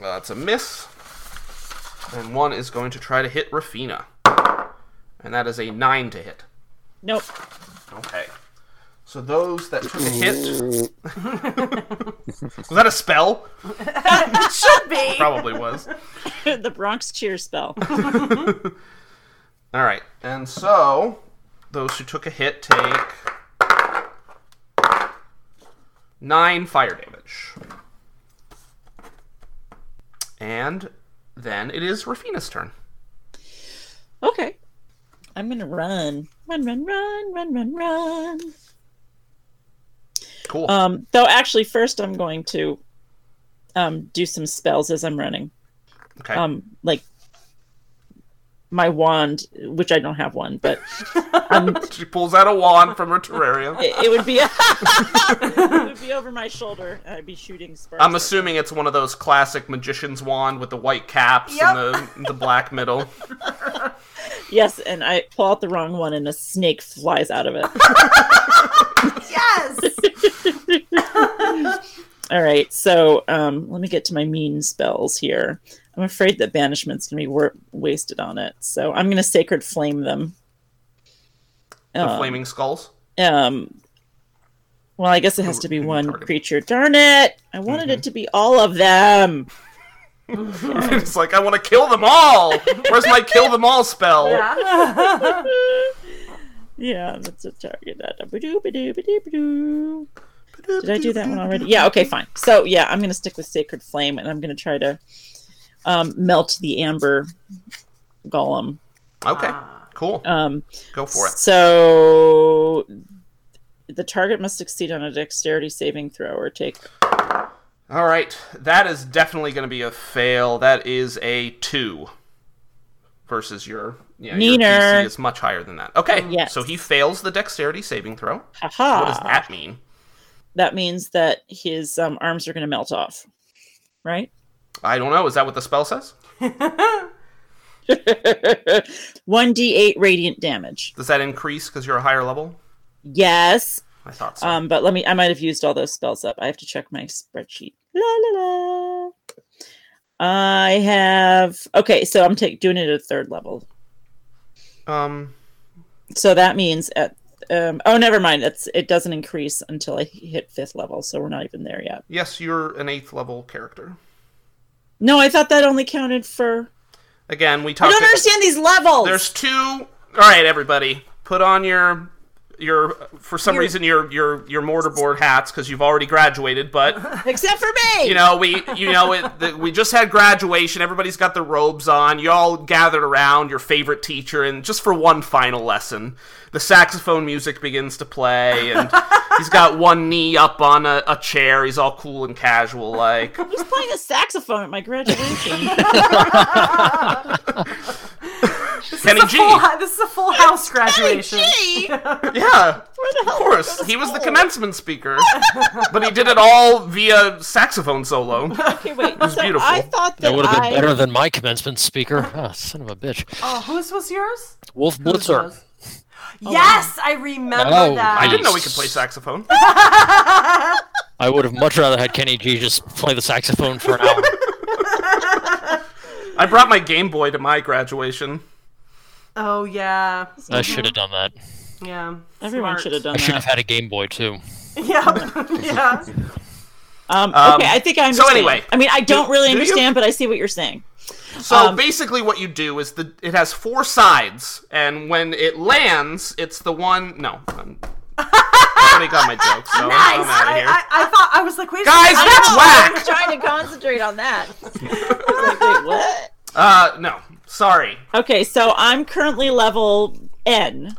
Speaker 1: that's a miss. And one is going to try to hit Rafina, and that is a nine to hit.
Speaker 3: Nope.
Speaker 1: Okay. So those that took a hit. was that a spell?
Speaker 2: Should be.
Speaker 1: Probably was.
Speaker 3: the Bronx cheer spell.
Speaker 1: All right, and so those who took a hit take nine fire damage, and then it is Rafina's turn.
Speaker 3: Okay. I'm gonna run. Run, run, run, run, run, run.
Speaker 1: Cool.
Speaker 3: Um, though actually first I'm going to um do some spells as I'm running.
Speaker 1: okay.
Speaker 3: Um like my wand, which I don't have one, but um,
Speaker 1: she pulls out a wand from her terrarium.
Speaker 3: it, it would be it would be over my shoulder. and I'd be shooting sparks.
Speaker 1: I'm assuming it's one of those classic magician's wand with the white caps and the, the black middle.
Speaker 3: Yes, and I pull out the wrong one, and a snake flies out of it.
Speaker 2: Yes.
Speaker 3: All right, so um, let me get to my mean spells here. I'm afraid that banishment's gonna be wor- wasted on it, so I'm gonna sacred flame them.
Speaker 1: The
Speaker 3: Um,
Speaker 1: flaming skulls.
Speaker 3: Um, well, I guess it has to be
Speaker 1: Who- who
Speaker 3: one
Speaker 1: targeted?
Speaker 3: creature. Darn it! I wanted
Speaker 1: Mm-hmm.
Speaker 3: it to be all of them.
Speaker 1: it's like I want to kill them all. Where's my kill them all spell?
Speaker 2: Yeah.
Speaker 3: Yeah, that's a target. Did I do that one already? Yeah. Okay, fine. So yeah, I'm gonna stick with sacred flame, and I'm gonna try to um, melt the amber golem.
Speaker 1: Okay,
Speaker 2: Ah.
Speaker 1: cool.
Speaker 3: Um,
Speaker 1: Go for it.
Speaker 3: So the target must succeed on a dexterity saving throw or take.
Speaker 1: All right, that is definitely going to be a fail. That is a two versus your yeah. Your
Speaker 3: Neener.
Speaker 1: DC is much higher than that. Okay,
Speaker 3: Yes.
Speaker 1: so he fails the dexterity saving throw. What does
Speaker 3: Haha.
Speaker 1: that mean?
Speaker 3: That means that his um, arms are going to melt off, right?
Speaker 1: I don't know. Is that what the spell says?
Speaker 3: 1d8 radiant damage.
Speaker 1: Does that increase because you're a higher level?
Speaker 3: Yes.
Speaker 1: I thought so.
Speaker 3: Um, but let me, I might have used all those spells up. I have to check my spreadsheet. La la la. I have, okay, so I'm take, doing it at third level.
Speaker 1: um
Speaker 3: So that means at, um, oh, never mind. It's, it doesn't increase until I hit fifth level. So we're not even there yet.
Speaker 1: yes, you're an eighth level character.
Speaker 3: No, I thought that only counted for.
Speaker 1: Again, we
Speaker 3: I
Speaker 1: talked.
Speaker 3: don't
Speaker 1: to-
Speaker 3: understand these levels.
Speaker 1: There's two. All right, everybody, put on your your for some reason your your your mortarboard hats because you've already graduated. But
Speaker 3: except for me.
Speaker 1: you know we you know it, the, we just had graduation. Everybody's got their robes on. You all gathered around your favorite teacher, and just for one final lesson, the saxophone music begins to play, and he's got one knee up on a, a chair. He's all cool and casual, like.
Speaker 3: Who's playing a saxophone at my graduation?
Speaker 2: This
Speaker 1: Kenny
Speaker 2: It's
Speaker 1: G.
Speaker 2: a full hou- this is a full house graduation.
Speaker 3: Hey, G!
Speaker 1: Yeah,
Speaker 3: the
Speaker 1: of
Speaker 3: hell
Speaker 1: course. He was the commencement speaker, but he did it all via saxophone solo.
Speaker 3: Okay, wait. so
Speaker 1: beautiful.
Speaker 3: I thought that,
Speaker 5: That would have
Speaker 3: I
Speaker 5: been better than my commencement speaker. Ah, son of a bitch.
Speaker 2: Oh, whose was yours?
Speaker 5: Wolf Blitzer.
Speaker 2: Yes, I remember
Speaker 5: Oh,
Speaker 2: that.
Speaker 1: I didn't know we could play saxophone.
Speaker 5: I would have much rather had Kenny G just play the saxophone for an hour.
Speaker 1: I brought my Game Boy to my graduation.
Speaker 2: Oh yeah,
Speaker 5: I should have done that.
Speaker 2: yeah.
Speaker 3: everyone
Speaker 2: Smart.
Speaker 3: should have
Speaker 5: I
Speaker 3: done
Speaker 5: should
Speaker 3: that.
Speaker 5: have had a Game Boy too.
Speaker 2: Yeah, yeah.
Speaker 3: Um,
Speaker 1: Um,
Speaker 3: okay, I think I understand.
Speaker 1: anyway,
Speaker 3: I mean, I don't really
Speaker 1: do you-
Speaker 3: understand, but I see what you're saying.
Speaker 1: So
Speaker 2: Um,
Speaker 1: basically, what you do is the it has four sides, and when it lands, it's the one. No, I'm, I already got my joke, so
Speaker 2: Nice.
Speaker 1: I'm out of
Speaker 2: I,
Speaker 1: here.
Speaker 2: I, I thought I was like, wait. a
Speaker 1: Guys,
Speaker 2: second,
Speaker 1: that's
Speaker 2: I-
Speaker 1: whack.
Speaker 3: I'm trying to concentrate on that. I was like, wait, what?
Speaker 1: uh, no, sorry.
Speaker 3: Okay, so I'm currently level N.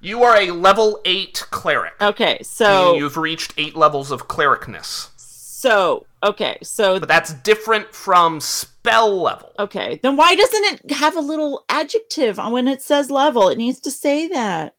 Speaker 1: You are a level eight cleric.
Speaker 3: Okay,
Speaker 2: Oh.
Speaker 1: meaning
Speaker 3: so
Speaker 1: You've reached eight levels of clericness,
Speaker 3: so okay, so
Speaker 1: but that's different from spell level.
Speaker 3: okay. Then why doesn't it have a little adjective on when it says level? It needs to say that.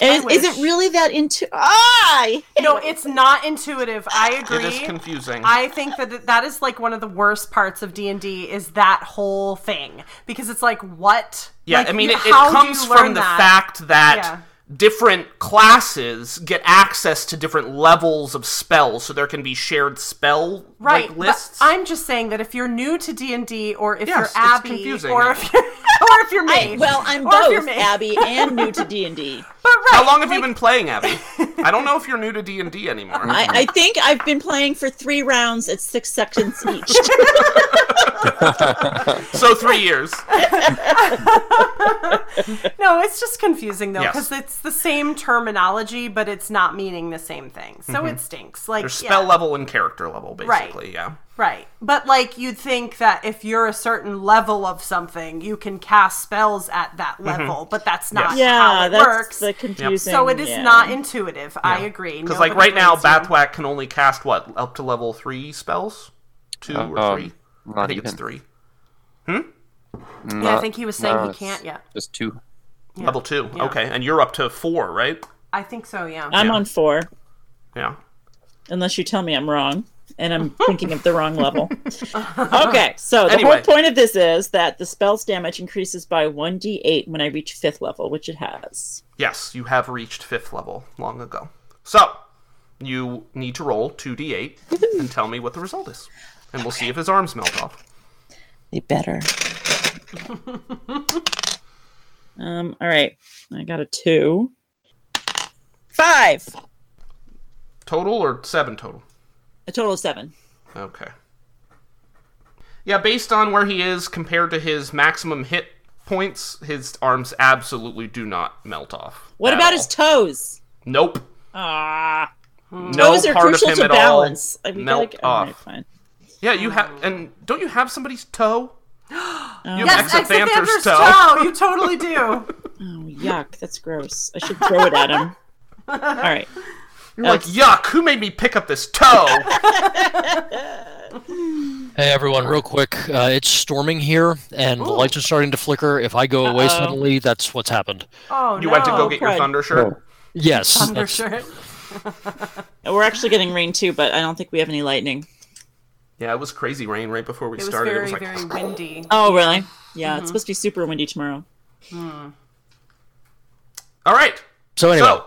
Speaker 3: And
Speaker 1: I
Speaker 3: is
Speaker 1: wish.
Speaker 3: it really that into? Ah, I hate
Speaker 2: No,
Speaker 3: it.
Speaker 2: it's not intuitive. I agree.
Speaker 1: It is confusing.
Speaker 2: I think that that is like one of the worst parts of D and D is that whole thing because it's like what?
Speaker 1: Yeah,
Speaker 2: Like,
Speaker 1: I mean,
Speaker 2: you-
Speaker 1: it, it
Speaker 2: how do
Speaker 1: comes
Speaker 2: you learn
Speaker 1: from the
Speaker 2: that?
Speaker 1: fact that
Speaker 2: Yeah.
Speaker 1: different classes get access to different levels of spells, so there can be shared spell
Speaker 2: Right,
Speaker 1: like,
Speaker 2: but
Speaker 1: lists.
Speaker 2: I'm just saying that if you're new to D and D, or if
Speaker 1: Yes,
Speaker 2: you're
Speaker 1: it's
Speaker 2: Abby,
Speaker 1: confusing.
Speaker 2: or if you're, or if you're me,
Speaker 3: I, well, I'm
Speaker 2: or if you're
Speaker 3: both
Speaker 2: me.
Speaker 3: Abby and new to D and D.
Speaker 2: But right,
Speaker 1: How long have you
Speaker 2: like-
Speaker 1: been playing, Abby? I don't know if you're new to D and D anymore.
Speaker 3: I, I think I've been playing for three rounds at six seconds each.
Speaker 1: so three years.
Speaker 2: No, it's just confusing though
Speaker 1: Yes.
Speaker 2: because it's the same terminology, but it's not meaning the same thing,
Speaker 1: Mm-hmm.
Speaker 2: so it stinks. Like
Speaker 1: There's spell
Speaker 2: yeah,
Speaker 1: level and character level, basically. Yeah.
Speaker 2: right? But like you'd think that if you're a certain level of something, you can cast spells at that
Speaker 1: Mm-hmm.
Speaker 2: level, but that's not how
Speaker 3: yeah,
Speaker 2: it
Speaker 3: that's
Speaker 2: works.
Speaker 3: the confusing.
Speaker 2: so it is
Speaker 3: yeah.
Speaker 2: not intuitive. I agree.
Speaker 1: Because like
Speaker 2: Nobody
Speaker 1: right now,
Speaker 2: learns to-
Speaker 1: Bathwack can only cast what up to level three spells, two
Speaker 4: Uh,
Speaker 1: or
Speaker 4: um,
Speaker 1: three.
Speaker 4: not
Speaker 1: I think it's
Speaker 4: even.
Speaker 1: three.
Speaker 2: Yeah, I
Speaker 4: Not-
Speaker 2: think he was saying
Speaker 4: no,
Speaker 2: he
Speaker 4: it's
Speaker 2: can't yet.
Speaker 4: Just two.
Speaker 1: Level two. Okay, and you're up to four, right?
Speaker 2: I think so. Yeah.
Speaker 3: I'm on four,
Speaker 1: Yeah.
Speaker 3: unless you tell me I'm wrong, and I'm thinking of the wrong level. Okay, so the
Speaker 1: Anyway.
Speaker 3: whole point of this is that the spell's damage increases by one d8 when I reach fifth level, which it has.
Speaker 1: Yes, you have reached fifth level long ago. So, you need to roll 2d8 and tell me what the result is. And we'll see if his arms melt off.
Speaker 3: They better. um. All right, I got a two. Five.
Speaker 1: Total or seven total?
Speaker 3: A total of seven.
Speaker 1: Okay. Yeah, based on where he is compared to his maximum hit points, his arms absolutely do not melt off.
Speaker 3: What
Speaker 1: at
Speaker 3: about
Speaker 1: all.
Speaker 3: his toes?
Speaker 1: Nope.
Speaker 3: Ah.
Speaker 1: No
Speaker 3: Those are
Speaker 1: part
Speaker 3: crucial
Speaker 1: of him
Speaker 3: to
Speaker 1: at
Speaker 3: balance.
Speaker 1: all
Speaker 3: Like, oh, we
Speaker 1: melt
Speaker 3: gotta- all right,
Speaker 1: off.
Speaker 3: fine.
Speaker 1: Yeah, you have, and don't you have somebody's toe? you
Speaker 2: Yes, Exanthander's toe. You totally do.
Speaker 3: Oh, yuck. That's gross. I should throw it at him. All right.
Speaker 1: You're like, yuck! Who made me pick up this toe?
Speaker 5: Hey everyone, real quick. Uh, it's storming here, and the lights are starting to flicker. If I go away
Speaker 3: Uh-oh.
Speaker 5: suddenly, that's what's happened.
Speaker 2: Oh
Speaker 1: You
Speaker 2: no.
Speaker 1: went to go get your
Speaker 3: crud.
Speaker 1: thunder shirt.
Speaker 5: Yes.
Speaker 2: thunder shirt.
Speaker 5: that's-
Speaker 3: We're actually getting rain too, but I don't think we have any lightning.
Speaker 1: Yeah, it was crazy rain right before we
Speaker 2: It was
Speaker 1: started.
Speaker 2: very,
Speaker 1: it was like,
Speaker 2: very windy.
Speaker 3: Oh, really? Yeah,
Speaker 1: Mm-hmm.
Speaker 3: it's supposed to be super windy tomorrow.
Speaker 1: all right.
Speaker 5: So anyway,
Speaker 1: So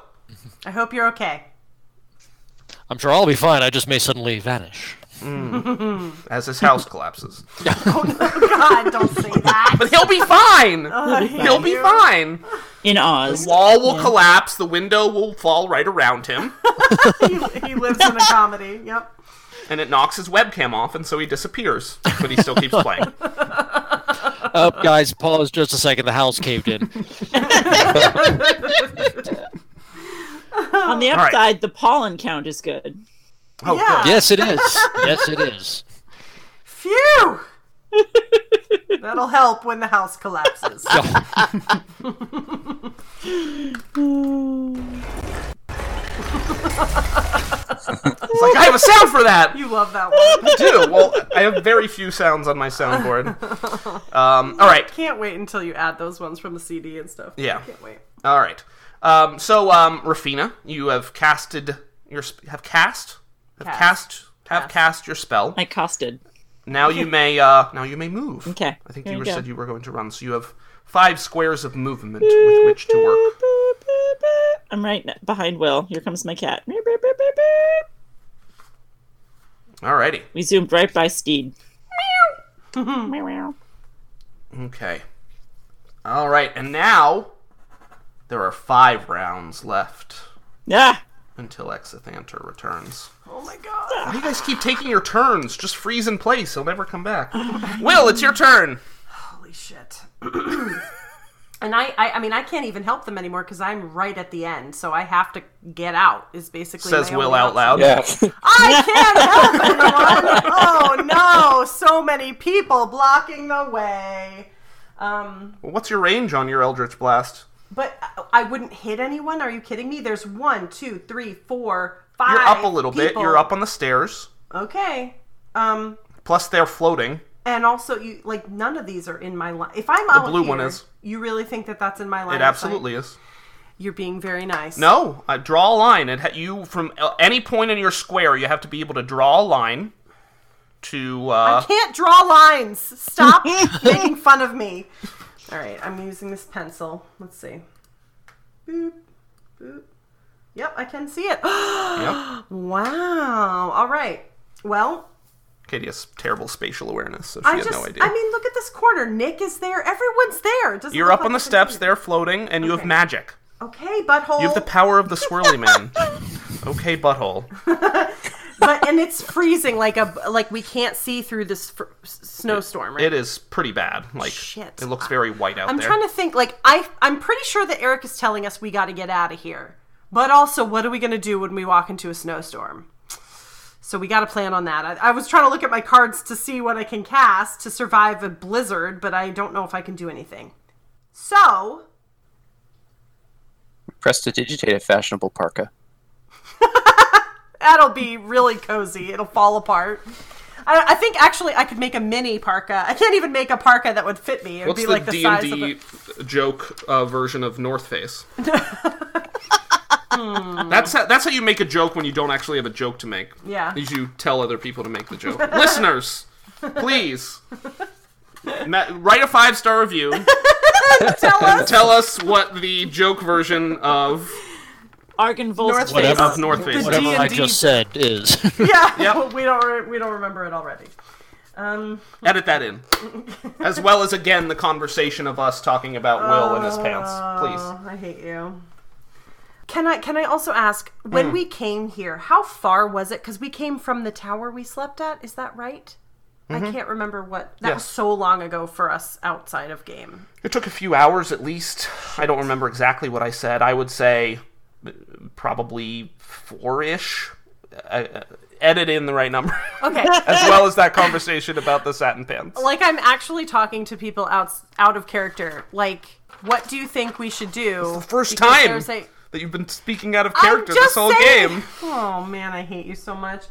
Speaker 2: I hope you're okay.
Speaker 5: I'm sure I'll be fine. I just may suddenly vanish.
Speaker 1: as his house collapses,
Speaker 2: God, don't say that.
Speaker 1: but he'll be fine.
Speaker 2: Oh,
Speaker 1: he'll be fine.
Speaker 3: In Oz.
Speaker 1: Wall will collapse. The window will fall right around him,
Speaker 2: he, he lives in a comedy. Yep.
Speaker 1: and it knocks his webcam off, and so he disappears. But he still keeps playing.
Speaker 5: Up, Oh, guys. Pause just a second. The house caved in.
Speaker 3: On the
Speaker 1: right.
Speaker 3: upside, the pollen count is good.
Speaker 1: Oh,
Speaker 2: Yeah.
Speaker 5: yes, it is. Yes, it is.
Speaker 2: Phew. That'll help when the house collapses.
Speaker 1: It's like I have a sound for that.
Speaker 2: You love that one.
Speaker 1: I do. Well, I have very few sounds on my soundboard. Um, all right.
Speaker 2: Can't wait until you add those ones from the CD and stuff.
Speaker 1: Yeah.
Speaker 2: Can't wait.
Speaker 1: All right. Um, so, um, Rafina, you have casted your sp- have cast have
Speaker 2: Cast.
Speaker 1: cast, have
Speaker 2: Cast.
Speaker 1: cast your spell.
Speaker 3: I costed.
Speaker 1: Now you may uh, now you may move.
Speaker 3: Okay.
Speaker 1: I think
Speaker 3: There
Speaker 1: you
Speaker 3: you
Speaker 1: were
Speaker 3: go.
Speaker 1: said you were going to run, so you have five squares of movement with which to work.
Speaker 3: I'm right n- behind Will. Here comes my cat.
Speaker 1: Alrighty.
Speaker 3: We zoomed right by Steed.
Speaker 1: Okay. All right, and now there are five rounds left
Speaker 3: Yeah.
Speaker 1: until Exithanter returns.
Speaker 2: Oh my god.
Speaker 1: Why do you guys keep taking your turns? Just freeze in place. He'll never come back. Will, it's your turn.
Speaker 2: Holy shit. and I, I, I mean, I can't even help them anymore because I'm right at the end, so I have to get out. Is basically
Speaker 1: Says
Speaker 2: my
Speaker 1: Will
Speaker 2: only
Speaker 1: out
Speaker 2: option.
Speaker 1: loud.
Speaker 4: Yeah.
Speaker 2: I can't help anyone. Oh no! So many people blocking the way. Um,
Speaker 1: What's your range on your Eldritch Blast?
Speaker 2: but I- I wouldn't hit anyone. Are you kidding me? There's one, two, three, four, five.
Speaker 1: You're up a little bit.
Speaker 2: people.
Speaker 1: You're up on the stairs.
Speaker 2: Okay. Um,
Speaker 1: Plus, they're floating.
Speaker 2: and also you like none of these are in my line. If I'm out
Speaker 1: blue
Speaker 2: here,
Speaker 1: one is.
Speaker 2: You really think that that's in my
Speaker 1: It
Speaker 2: line? of sight?
Speaker 1: absolutely is.
Speaker 2: You're being very nice.
Speaker 1: No, uh, draw a line. It ha- you from uh, any point in your square, you have to be able to draw a line to.
Speaker 2: I
Speaker 1: Uh,
Speaker 2: can't draw lines. Stop making fun of me. All right, I'm using this pencil. Let's see. Boop, boop. Yep, I can see it.
Speaker 1: yep.
Speaker 2: wow. All right. Well,
Speaker 1: Katie has terrible spatial awareness, so she
Speaker 2: I
Speaker 1: has
Speaker 2: just.
Speaker 1: no idea.
Speaker 2: I mean, look at this corner. Nick is there. Everyone's there. It doesn't
Speaker 1: You're
Speaker 2: look
Speaker 1: up on the
Speaker 2: like
Speaker 1: steps.
Speaker 2: everyone's
Speaker 1: They're floating, and you have
Speaker 2: Okay.
Speaker 1: magic.
Speaker 2: there. Okay, butthole.
Speaker 1: You have the power of the swirly man. Okay, butthole.
Speaker 2: but and it's freezing like a like we can't see through this fr- s- snowstorm. Right?
Speaker 1: It is pretty bad. Like
Speaker 2: Shit.
Speaker 1: it looks very white out
Speaker 2: I'm
Speaker 1: there.
Speaker 2: trying to think. Like I, I'm pretty sure that Eric is telling us we got to get out of here. But also, what are we going to do when we walk into a snowstorm? So we got to plan on that. I, I was trying to look at my cards to see what I can cast to survive a blizzard, but I don't know if I can do anything. So
Speaker 4: Prestidigitate a fashionable parka.
Speaker 2: that'll be really cozy. It'll fall apart. I, I think actually I could make a mini parka. I can't even make a parka that would fit me. It would
Speaker 1: What's
Speaker 2: be
Speaker 1: the
Speaker 2: like the
Speaker 1: D and
Speaker 2: size of a
Speaker 1: D joke uh, version of North Face? Hmm. that's how, that's how you make a joke when you don't actually have a joke to make.
Speaker 2: Yeah.
Speaker 1: is you tell other people to make the joke. Listeners, please ma- write a five star review.
Speaker 2: tell us.
Speaker 1: Tell us what the joke version of
Speaker 3: Argonvol's
Speaker 2: North
Speaker 3: face.
Speaker 5: Whatever.
Speaker 1: of North Face.
Speaker 2: The
Speaker 5: Whatever I
Speaker 2: D&D
Speaker 5: just said is.
Speaker 2: Yeah,
Speaker 1: Yep.
Speaker 2: we don't re- we don't remember it already. Um,
Speaker 1: Edit that in, as well as again the conversation of us talking about Will and his pants. Please.
Speaker 2: oh, I hate you. Can I can I also ask when
Speaker 1: Hmm.
Speaker 2: we came here, how far was it? Because we came from the tower we slept at. Is that right? I can't remember what that
Speaker 1: Mm-hmm.
Speaker 2: was
Speaker 1: Yes.
Speaker 2: so long ago for us outside of game.
Speaker 1: It took a few hours at least. I don't remember exactly what I said. I would say uh, probably four ish. Uh, uh, edit in the right number,
Speaker 2: Okay,
Speaker 1: as well as that conversation about the satin pants.
Speaker 2: like I'm actually talking to people out out of character. Like, what do you think we should do?
Speaker 1: First
Speaker 2: Because
Speaker 1: time
Speaker 2: there's a-
Speaker 1: that you've been speaking out of
Speaker 2: I'm
Speaker 1: character
Speaker 2: just
Speaker 1: this whole
Speaker 2: saying-
Speaker 1: game.
Speaker 2: Oh man, I hate you so much.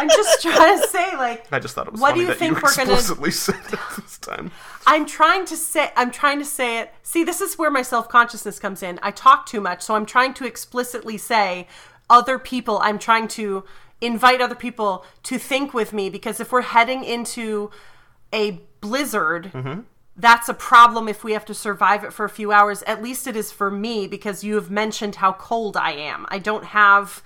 Speaker 2: I'm just trying to say like
Speaker 1: I just thought it was
Speaker 2: What
Speaker 1: funny
Speaker 2: do you
Speaker 1: that
Speaker 2: think
Speaker 1: you
Speaker 2: we're gonna-
Speaker 1: explicitly said it this time.
Speaker 2: I'm trying to say I'm trying to say it. See, this is where my self-consciousness comes in. I talk too much, so I'm trying to explicitly say other people I'm trying to invite other people to think with me because if we're heading into a blizzard,
Speaker 1: Mm-hmm.
Speaker 2: that's a problem if we have to survive it for a few hours. At least it is for me because you have mentioned how cold I am. I don't have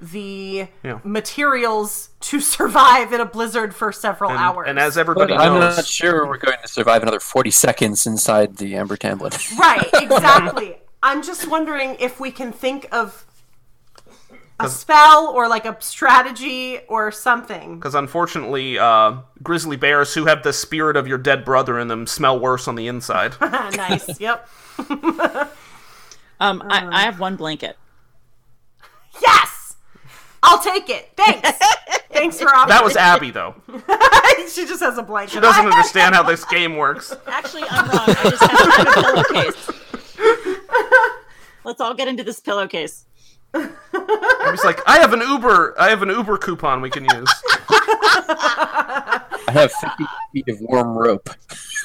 Speaker 2: the
Speaker 1: Yeah.
Speaker 2: materials to survive in a blizzard for several hours.
Speaker 1: And as everybody
Speaker 4: But I'm
Speaker 1: knows,
Speaker 4: not sure we're going to survive another 40 seconds inside the Amber Tamblin.
Speaker 2: Right, exactly. I'm just wondering if we can think of a spell or like a strategy or something.
Speaker 1: because unfortunately, uh, grizzly bears who have the spirit of your dead brother in them smell worse on the inside.
Speaker 2: nice. Yep.
Speaker 3: Um, I, I have one blanket.
Speaker 2: Yes. I'll take it. Thanks. Thanks for offering.
Speaker 1: that was Abby, though.
Speaker 2: she just has a blanket.
Speaker 1: doesn't understand how this game works.
Speaker 3: Actually, I'm wrong. I just have a pillowcase. Let's all get into this pillowcase.
Speaker 1: He's like, I have an Uber. I have an Uber coupon we can use.
Speaker 4: I have 50 feet of warm rope.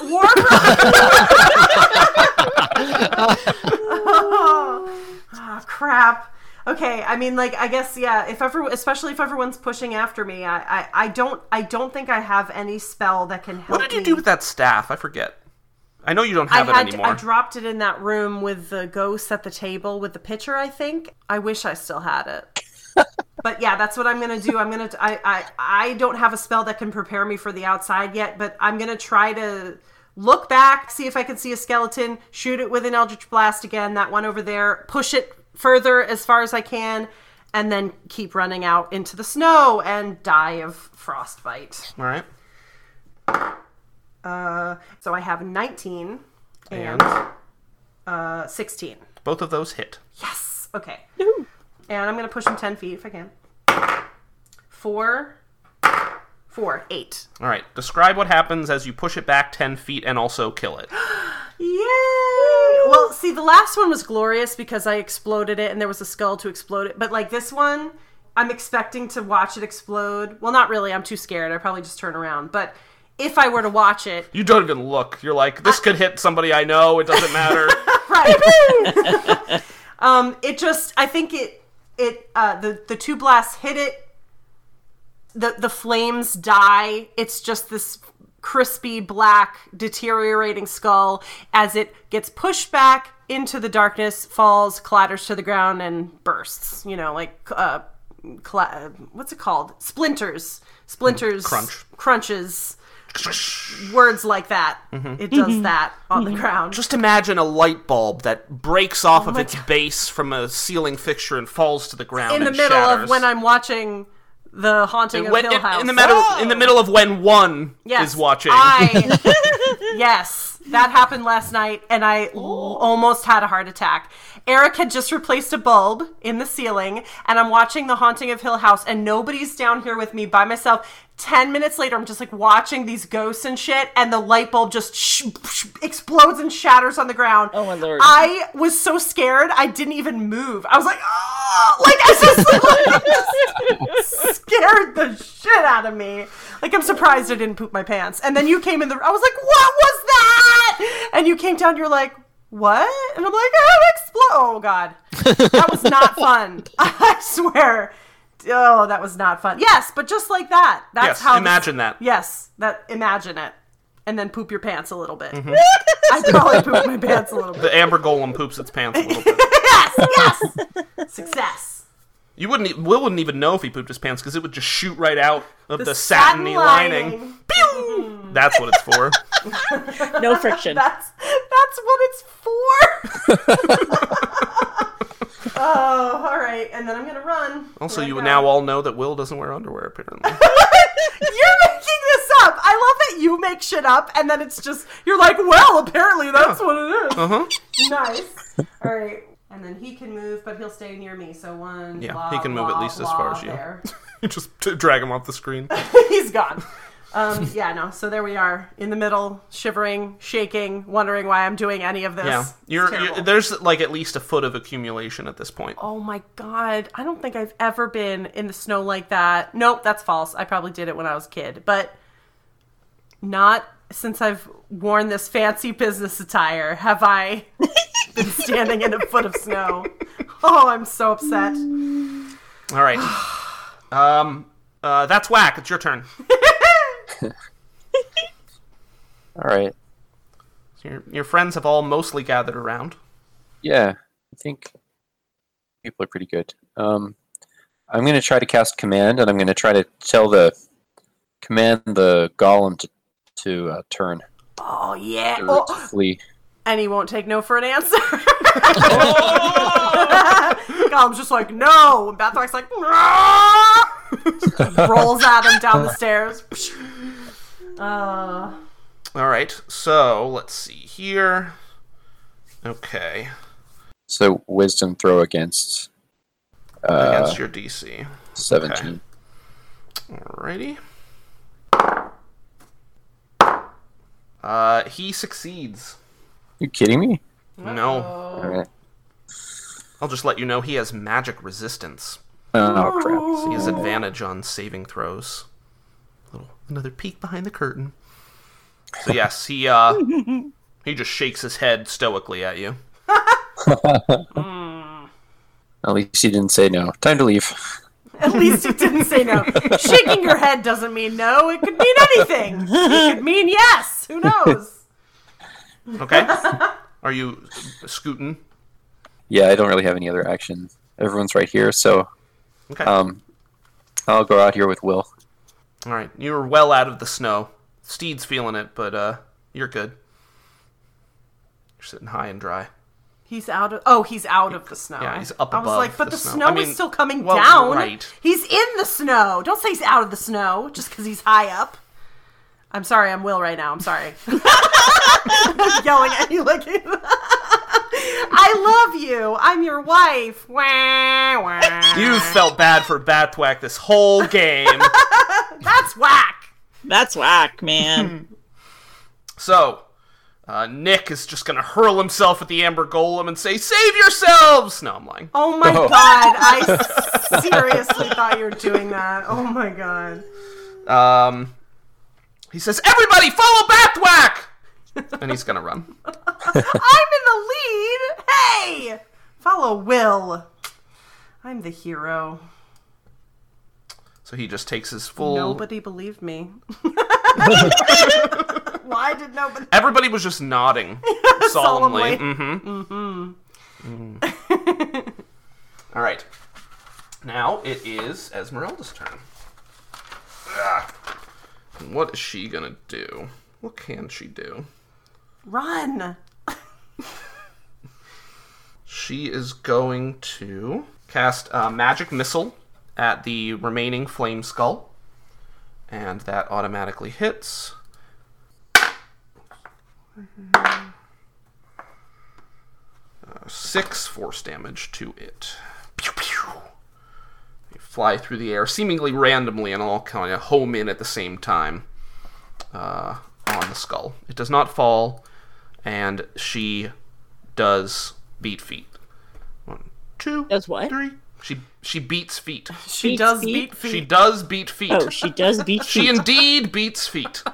Speaker 2: oh, crap. Okay, I mean, like, I guess, yeah. If ever, especially if everyone's pushing after me, I, I, I don't, I don't think I have any spell that can
Speaker 1: What
Speaker 2: help.
Speaker 1: did you
Speaker 2: me.
Speaker 1: do with that staff? I forget. I know you don't
Speaker 2: I
Speaker 1: have
Speaker 2: had,
Speaker 1: it anymore.
Speaker 2: I dropped it in that room with the ghost at the table with the pitcher. I think. I wish I still had it. but yeah, that's what I'm gonna do. I'm gonna. I, I, I don't have a spell that can prepare me for the outside yet, but I'm gonna try to look back, see if I can see a skeleton, shoot it with an eldritch blast again. That one over there, push it further as far as I can. And then keep running out into the snow and die of frostbite.
Speaker 1: All right.
Speaker 2: Uh, so I have 19
Speaker 1: And
Speaker 2: uh, 16.
Speaker 1: both of those hit.
Speaker 2: Yes. Okay. And I'm gonna push him ten feet if I can. Four, four, eight.
Speaker 1: All right. Describe what happens as you push it back ten feet and also kill it.
Speaker 2: Yay! Well, see, the last one was glorious because I exploded it, and there was a skull to explode it. But like this one, I'm expecting to watch it explode. Well, not really. I'm too scared. I probably just turn around. But if I were to watch it,
Speaker 1: You don't even look. You're like, this could hit somebody I know. It doesn't matter.
Speaker 2: right. um, it just, I think it, it, uh, the the two blasts hit it. The the flames die. It's just this crispy black deteriorating skull as it gets pushed back into the darkness, falls, clatters to the ground, and bursts. You know, like uh, cla- what's it called? Splinters. Splinters.
Speaker 1: crunch.
Speaker 2: Crunches. Words like that. It does that on the ground.
Speaker 1: Just imagine a light bulb that breaks off
Speaker 2: Oh
Speaker 1: of its base from a ceiling fixture and falls to the ground
Speaker 2: in the
Speaker 1: and
Speaker 2: middle of
Speaker 1: shatters.
Speaker 2: when I'm watching the haunting of
Speaker 1: When-
Speaker 2: Hill House.
Speaker 1: in the middle, in the
Speaker 3: Oh!
Speaker 1: middle of when one
Speaker 2: Yes. Ah,
Speaker 1: is watching.
Speaker 2: I, yes, that happened last night, and I l-
Speaker 3: Oh.
Speaker 2: almost had a heart attack. Eric had just replaced a bulb in the ceiling, and I'm watching The Haunting of Hill House, and nobody's down here with me by myself. 10 minutes later, I'm just like watching these ghosts and shit, and the light bulb just sh- sh- explodes and shatters on the ground.
Speaker 3: Oh, my Lord.
Speaker 2: I was so scared, I didn't even move. I was like, oh, like, I just, scared the shit out of me. Like I'm surprised I didn't poop my pants. And then you came in the I was like, "What was that?" And you came down you're like, "What?" And I'm like, "Oh, explode." Oh god. That was not fun. I swear. Oh, that was not fun. Yes, but just like that. That's
Speaker 1: yes,
Speaker 2: how
Speaker 1: imagine that.
Speaker 2: Yes, that imagine it. And then poop your pants a little bit.
Speaker 1: Mm-hmm.
Speaker 2: I probably pooped my pants a little bit.
Speaker 1: The amber golem poops its pants a little bit.
Speaker 2: Yes, yes. Success.
Speaker 1: You wouldn't. e- Will wouldn't even know if he pooped his pants because it would just shoot right out of the, satiny lining. Pew! That's what it's for.
Speaker 3: No friction.
Speaker 2: That's that's what it's for. oh, all right. And then I'm gonna run.
Speaker 1: Also,
Speaker 2: Here I
Speaker 1: you
Speaker 2: go.
Speaker 1: now all know that Will doesn't wear underwear. Apparently,
Speaker 2: You're making this up. I love that you make shit up, and then it's just you're like, well, apparently that's what it is.
Speaker 1: uh huh.
Speaker 2: Nice. All right. And then he can move, but he'll stay near me. So one.
Speaker 1: Yeah,
Speaker 2: blah,
Speaker 1: he can move at
Speaker 2: blah,
Speaker 1: least as far
Speaker 2: blah
Speaker 1: as you.
Speaker 2: there.
Speaker 1: You just t- drag him off the screen.
Speaker 2: He's gone. Um, yeah, no. So there we are, in the middle, shivering, shaking, wondering why I'm doing any of this.
Speaker 1: Yeah,
Speaker 2: It's
Speaker 1: you're,
Speaker 2: terrible.
Speaker 1: you there's like at least a foot of accumulation at this point.
Speaker 2: Oh my god, I don't think I've ever been in the snow like that. Nope, that's false. I probably did it when I was a kid, but not since I've worn this fancy business attire have I been standing in a foot of snow. Oh, I'm so upset.
Speaker 1: All right. Um, uh, that's whack. It's your turn.
Speaker 4: All right.
Speaker 1: So your, your friends have all mostly gathered around.
Speaker 4: Yeah, I think people are pretty good. Um, I'm going to try to cast command, and I'm going to try to tell the command the golem to to uh, turn
Speaker 2: Oh yeah.
Speaker 4: or to
Speaker 2: Oh,
Speaker 4: flee.
Speaker 2: and he won't take no for an answer. Gollum's just like, no. And Bathwack's like, "No!" rolls at him down the stairs. Uh,
Speaker 1: All right. So let's see here. Okay.
Speaker 4: So wisdom throw against uh,
Speaker 1: Against your DC.
Speaker 4: 17.
Speaker 1: Alrighty. Uh, he succeeds.
Speaker 4: You kidding me?
Speaker 1: No.
Speaker 4: All right.
Speaker 1: I'll just let you know he has magic resistance.
Speaker 4: Oh crap!
Speaker 1: So he has advantage on saving throws. Little another peek behind the curtain. So yes, he uh he just shakes his head stoically at you.
Speaker 4: At least he didn't say no. Time to leave.
Speaker 2: At least he didn't say no. Shaking your head doesn't mean no. It could mean anything. It could mean yes. Who knows?
Speaker 1: Okay. Are you scooting?
Speaker 4: Yeah, I don't really have any other action. Everyone's right here, so
Speaker 1: Okay.
Speaker 4: um, I'll go out here with Will.
Speaker 1: All right. You're well out of the snow. Steed's feeling it, but uh you're good. You're sitting high and dry.
Speaker 2: He's out of. Oh, he's out of the snow.
Speaker 1: Yeah, he's up
Speaker 2: I was
Speaker 1: above
Speaker 2: like, but
Speaker 1: the
Speaker 2: the
Speaker 1: snow.
Speaker 2: snow,
Speaker 1: I mean,
Speaker 2: is still coming
Speaker 1: well,
Speaker 2: down.
Speaker 1: right.
Speaker 2: He's in the snow. Don't say he's out of the snow just because he's high up. I'm sorry. I'm Will right now. I'm sorry. I'm yelling at you like. I love you. I'm your wife. Wah, wah.
Speaker 1: You felt bad for Batwack this whole game.
Speaker 2: That's whack.
Speaker 3: That's whack, man.
Speaker 1: so, uh, Nick is just gonna hurl himself at the Amber Golem and say, "Save yourselves!" No, I'm lying.
Speaker 2: Oh my
Speaker 4: Oh.
Speaker 2: god. I seriously thought you were doing that. Oh my god.
Speaker 1: Um, he says, "Everybody, follow Batwack!" and he's gonna run.
Speaker 2: I'm in the lead. Hey, follow Will. I'm the hero.
Speaker 1: So he just takes his full.
Speaker 2: Nobody believed me. Why did nobody?
Speaker 1: Everybody was just nodding solemnly.
Speaker 2: Solemnly.
Speaker 1: Mm-hmm. Mm-hmm. All right. Now it is Esmeralda's turn. Ah. What is she gonna do? What can she do?
Speaker 2: Run.
Speaker 1: She is going to cast a magic missile at the remaining flame skull, and that automatically hits. Uh, six force damage to it. Pew pew. They fly through the air, seemingly randomly, and all kind of home in at the same time uh, on the skull. It does not fall, and she does beat feet. One, two,
Speaker 3: Does what?
Speaker 1: three. She she beats feet.
Speaker 2: She
Speaker 3: Beat
Speaker 2: does
Speaker 3: feet?
Speaker 2: beat feet.
Speaker 1: She does beat feet.
Speaker 3: Oh, she does beat
Speaker 1: She
Speaker 3: you.
Speaker 1: indeed beats feet.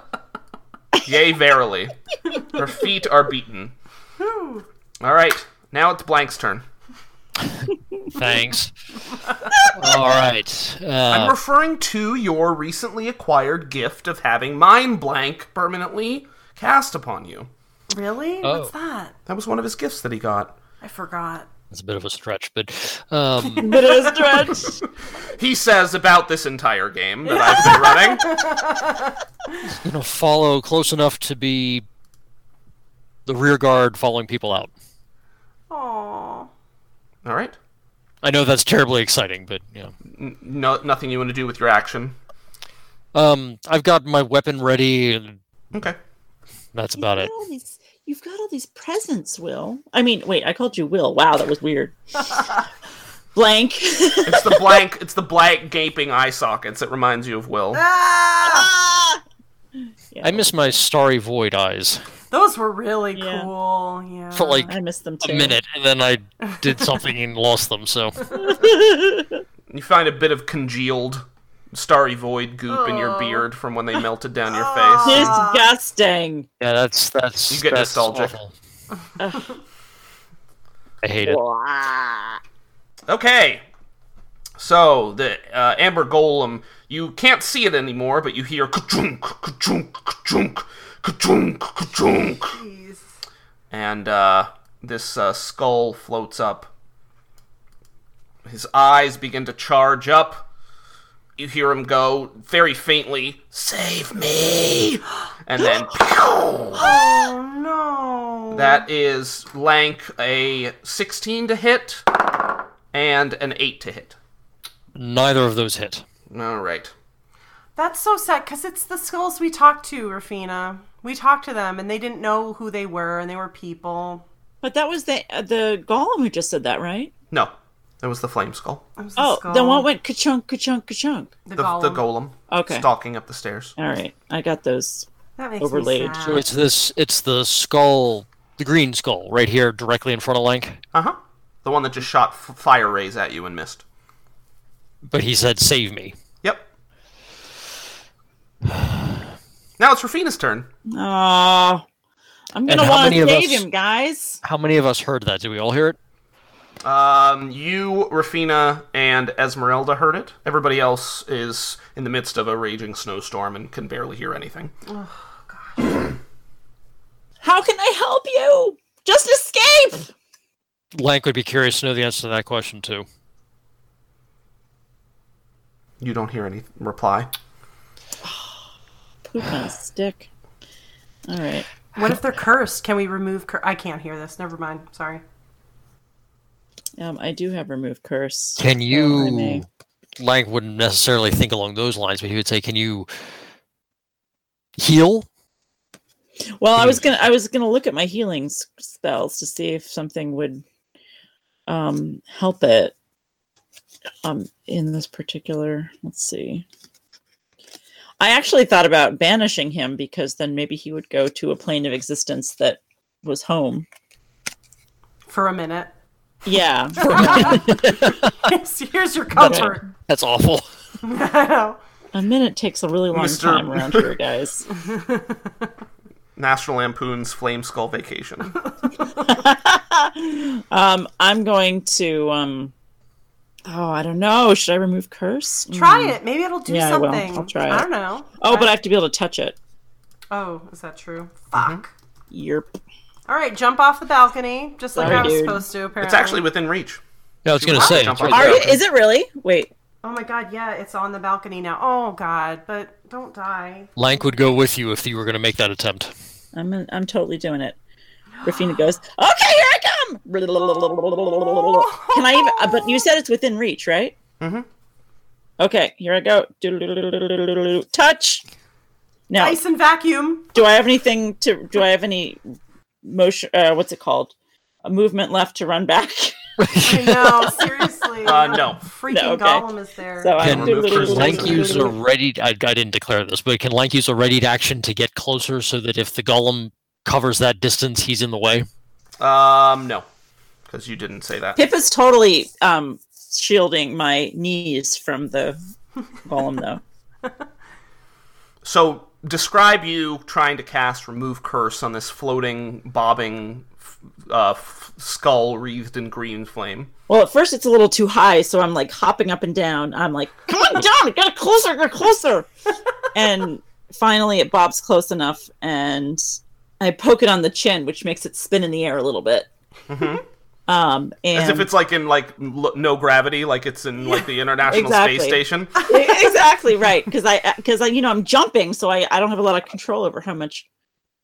Speaker 1: Yea, verily. Her feet are beaten. All right, now it's Blank's turn.
Speaker 5: Thanks. All right.
Speaker 1: I'm
Speaker 5: Uh,
Speaker 1: referring to your recently acquired gift of having Mind Blank permanently cast upon you.
Speaker 2: Really?
Speaker 5: Oh.
Speaker 2: What's that?
Speaker 1: That was one of his gifts that he got.
Speaker 2: I forgot.
Speaker 5: it's a bit of a stretch, but um,
Speaker 3: Bit of a stretch.
Speaker 1: He says about this entire game that I've been running.
Speaker 5: you know, follow close enough to be the rear guard following people out.
Speaker 2: Aww.
Speaker 1: All right.
Speaker 5: I know that's terribly exciting, but you know.
Speaker 1: No, nothing you want to do with your action.
Speaker 5: Um, I've got my weapon ready, and
Speaker 1: Okay.
Speaker 5: that's about it.
Speaker 3: All these, you've got all these presents, Will. I mean, wait, I called you Will. Wow, that was weird. Blank.
Speaker 1: It's the blank. It's the blank gaping eye sockets that reminds you of Will.
Speaker 2: Ah!
Speaker 5: I miss my starry void eyes
Speaker 2: Those were really
Speaker 3: Yeah.
Speaker 2: cool. Yeah.
Speaker 5: for like
Speaker 3: Uh, I missed them too.
Speaker 5: a minute, and then I did something and lost them. So
Speaker 1: You find a bit of congealed starry void goop in your beard from when they melted down your
Speaker 3: Oh.
Speaker 1: face.
Speaker 3: Disgusting.
Speaker 5: yeah, that's that's
Speaker 1: You get
Speaker 5: that's
Speaker 1: nostalgic.
Speaker 5: awful. I hate it.
Speaker 3: Blah.
Speaker 1: Okay. So the uh, amber golem, you can't see it anymore, but you hear ka-chunk, ka-chunk, ka-chunk, ka-chunk, ka-chunk.
Speaker 2: Jeez.
Speaker 1: and uh, this uh, skull floats up. His eyes begin to charge up. You hear him go very faintly, "Save me!" and then
Speaker 2: Oh no.
Speaker 1: that is lank a 16 to hit and an 8 to hit.
Speaker 5: Neither of those hit.
Speaker 1: All right.
Speaker 2: That's so sad because it's the skulls we talked to, Rafina. We talked to them and they didn't know who they were and they were people.
Speaker 3: But that was the uh, the golem who just said that, right?
Speaker 1: No, that was the flame skull.
Speaker 2: It was
Speaker 3: Oh,
Speaker 2: skull,
Speaker 3: the one went ka-chunk, ka-chunk, ka-chunk.
Speaker 2: the,
Speaker 1: The
Speaker 2: golem.
Speaker 1: the golem
Speaker 3: Okay.
Speaker 1: stalking up the stairs.
Speaker 3: All right, I got those.
Speaker 2: That makes me
Speaker 3: Overlaid.
Speaker 2: sad.
Speaker 5: So it's this. It's the skull, the green skull, right here, directly in front of Lank.
Speaker 1: Uh huh. The one that just shot f- fire rays at you and missed.
Speaker 5: But he said, "Save me."
Speaker 1: Yep. Now it's Rafina's turn.
Speaker 3: Oh, I'm
Speaker 5: And
Speaker 3: gonna
Speaker 5: how
Speaker 3: want
Speaker 5: many
Speaker 3: to
Speaker 5: of
Speaker 3: save
Speaker 5: us-
Speaker 3: him, guys.
Speaker 5: How many of us heard that? Did we all hear it?
Speaker 1: Um, you, Rafina, and Esmeralda heard it. Everybody else is in the midst of a raging snowstorm and can barely hear anything.
Speaker 3: How can I help you? Just escape.
Speaker 5: Lank would be curious to know the answer to that question too.
Speaker 1: You don't hear any reply.
Speaker 3: Poop on a stick. All right.
Speaker 2: What if they're cursed? Can we remove cur- I can't hear this. Never mind. Sorry.
Speaker 3: Um, I do have remove curse. Oh,
Speaker 5: Can
Speaker 3: I
Speaker 5: you?
Speaker 3: may.
Speaker 5: Lank wouldn't necessarily think along those lines, but he would say, "Can you heal?"
Speaker 3: Well, I
Speaker 5: Hmm.
Speaker 3: was gonna I was gonna look at my healing s- spells to see if something would um help it. Um, in this particular, let's see. I actually thought about banishing him because then maybe he would go to a plane of existence that was home.
Speaker 2: For a minute.
Speaker 3: Yeah,
Speaker 2: Here's- Here's your comfort.
Speaker 5: That's awful.
Speaker 2: I know.
Speaker 3: a minute takes a really long
Speaker 1: Mr.
Speaker 3: time around here, guys.
Speaker 1: National Lampoon's Flame Skull Vacation.
Speaker 3: um, I'm going to um. Oh, I don't know. Should I remove curse?
Speaker 2: Try it. Maybe it'll do
Speaker 3: Yeah, I will.
Speaker 2: something.
Speaker 3: I'll try
Speaker 2: I
Speaker 3: it.
Speaker 2: don't know.
Speaker 3: Oh, but I have to be able to touch it.
Speaker 2: Oh, is that true?
Speaker 1: Mm-hmm.
Speaker 2: Fuck.
Speaker 3: Yerp.
Speaker 2: All right, jump off the balcony, just like
Speaker 3: Sorry,
Speaker 2: I was
Speaker 3: dude.
Speaker 2: supposed to. Apparently,
Speaker 1: it's actually within reach.
Speaker 5: No, I was going to
Speaker 1: Wow.
Speaker 5: say.
Speaker 1: Jump
Speaker 5: it's right
Speaker 1: on
Speaker 3: Are
Speaker 5: there.
Speaker 1: Yeah.
Speaker 3: it, is it really? Wait.
Speaker 2: Oh my god, yeah, it's on the balcony now. Oh god, but don't die.
Speaker 5: Lank would go with you if you were going to make that attempt.
Speaker 3: I'm I'm totally doing it. Rafina goes, "Okay, here I come." Can I even uh, but you said it's within reach, right?
Speaker 1: Mhm.
Speaker 3: Okay, here I go. Touch. Now,
Speaker 2: Dyson vacuum.
Speaker 3: do I have anything to do I have any motion uh what's it called? A movement left to run back.
Speaker 2: I know, seriously.
Speaker 1: Uh, no.
Speaker 2: Freaking
Speaker 3: No, okay.
Speaker 2: golem is there.
Speaker 3: So I
Speaker 5: Can
Speaker 1: remove curse
Speaker 5: Lank
Speaker 1: Thank
Speaker 5: use a ready? I, I didn't declare this, but can Lank use a readied action to get closer so that if the golem covers that distance, he's in the way?
Speaker 1: Um, no. Because you didn't say that.
Speaker 3: Pip is totally um shielding my knees from the golem though.
Speaker 1: So describe you trying to cast Remove Curse on this floating, bobbing f- uh, f- skull wreathed in green flame.
Speaker 3: Well, at first it's a little too high, so I'm like hopping up and down. I'm like, come on down, get closer, get closer. and finally it bobs close enough and I poke it on the chin, which makes it spin in the air a little bit. Um, and
Speaker 1: Mm-hmm. As if it's like in like l- no gravity, like it's in like the International Space
Speaker 3: exactly.
Speaker 1: Station.
Speaker 3: exactly right because I because I you know I'm jumping, so I, I don't have a lot of control over how much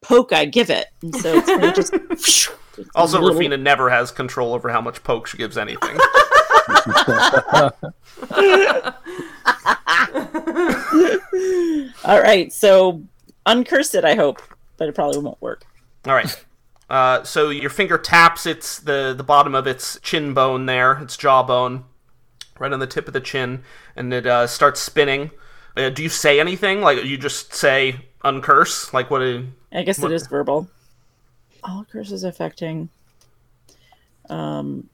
Speaker 3: poke I give it, and so it's kind of just it's
Speaker 1: Also,
Speaker 3: a little-
Speaker 1: Rafina never has control over how much poke she gives anything.
Speaker 3: All right, so uncurse it, I hope, but it probably won't work.
Speaker 1: All right. Uh, so your finger taps its the the bottom of its chin bone there, its jawbone, right on the tip of the chin, and it uh, starts spinning. Uh, do you say anything? Like you just say uncurse? Like what? do-
Speaker 3: I guess it is verbal. All curses affecting. Um,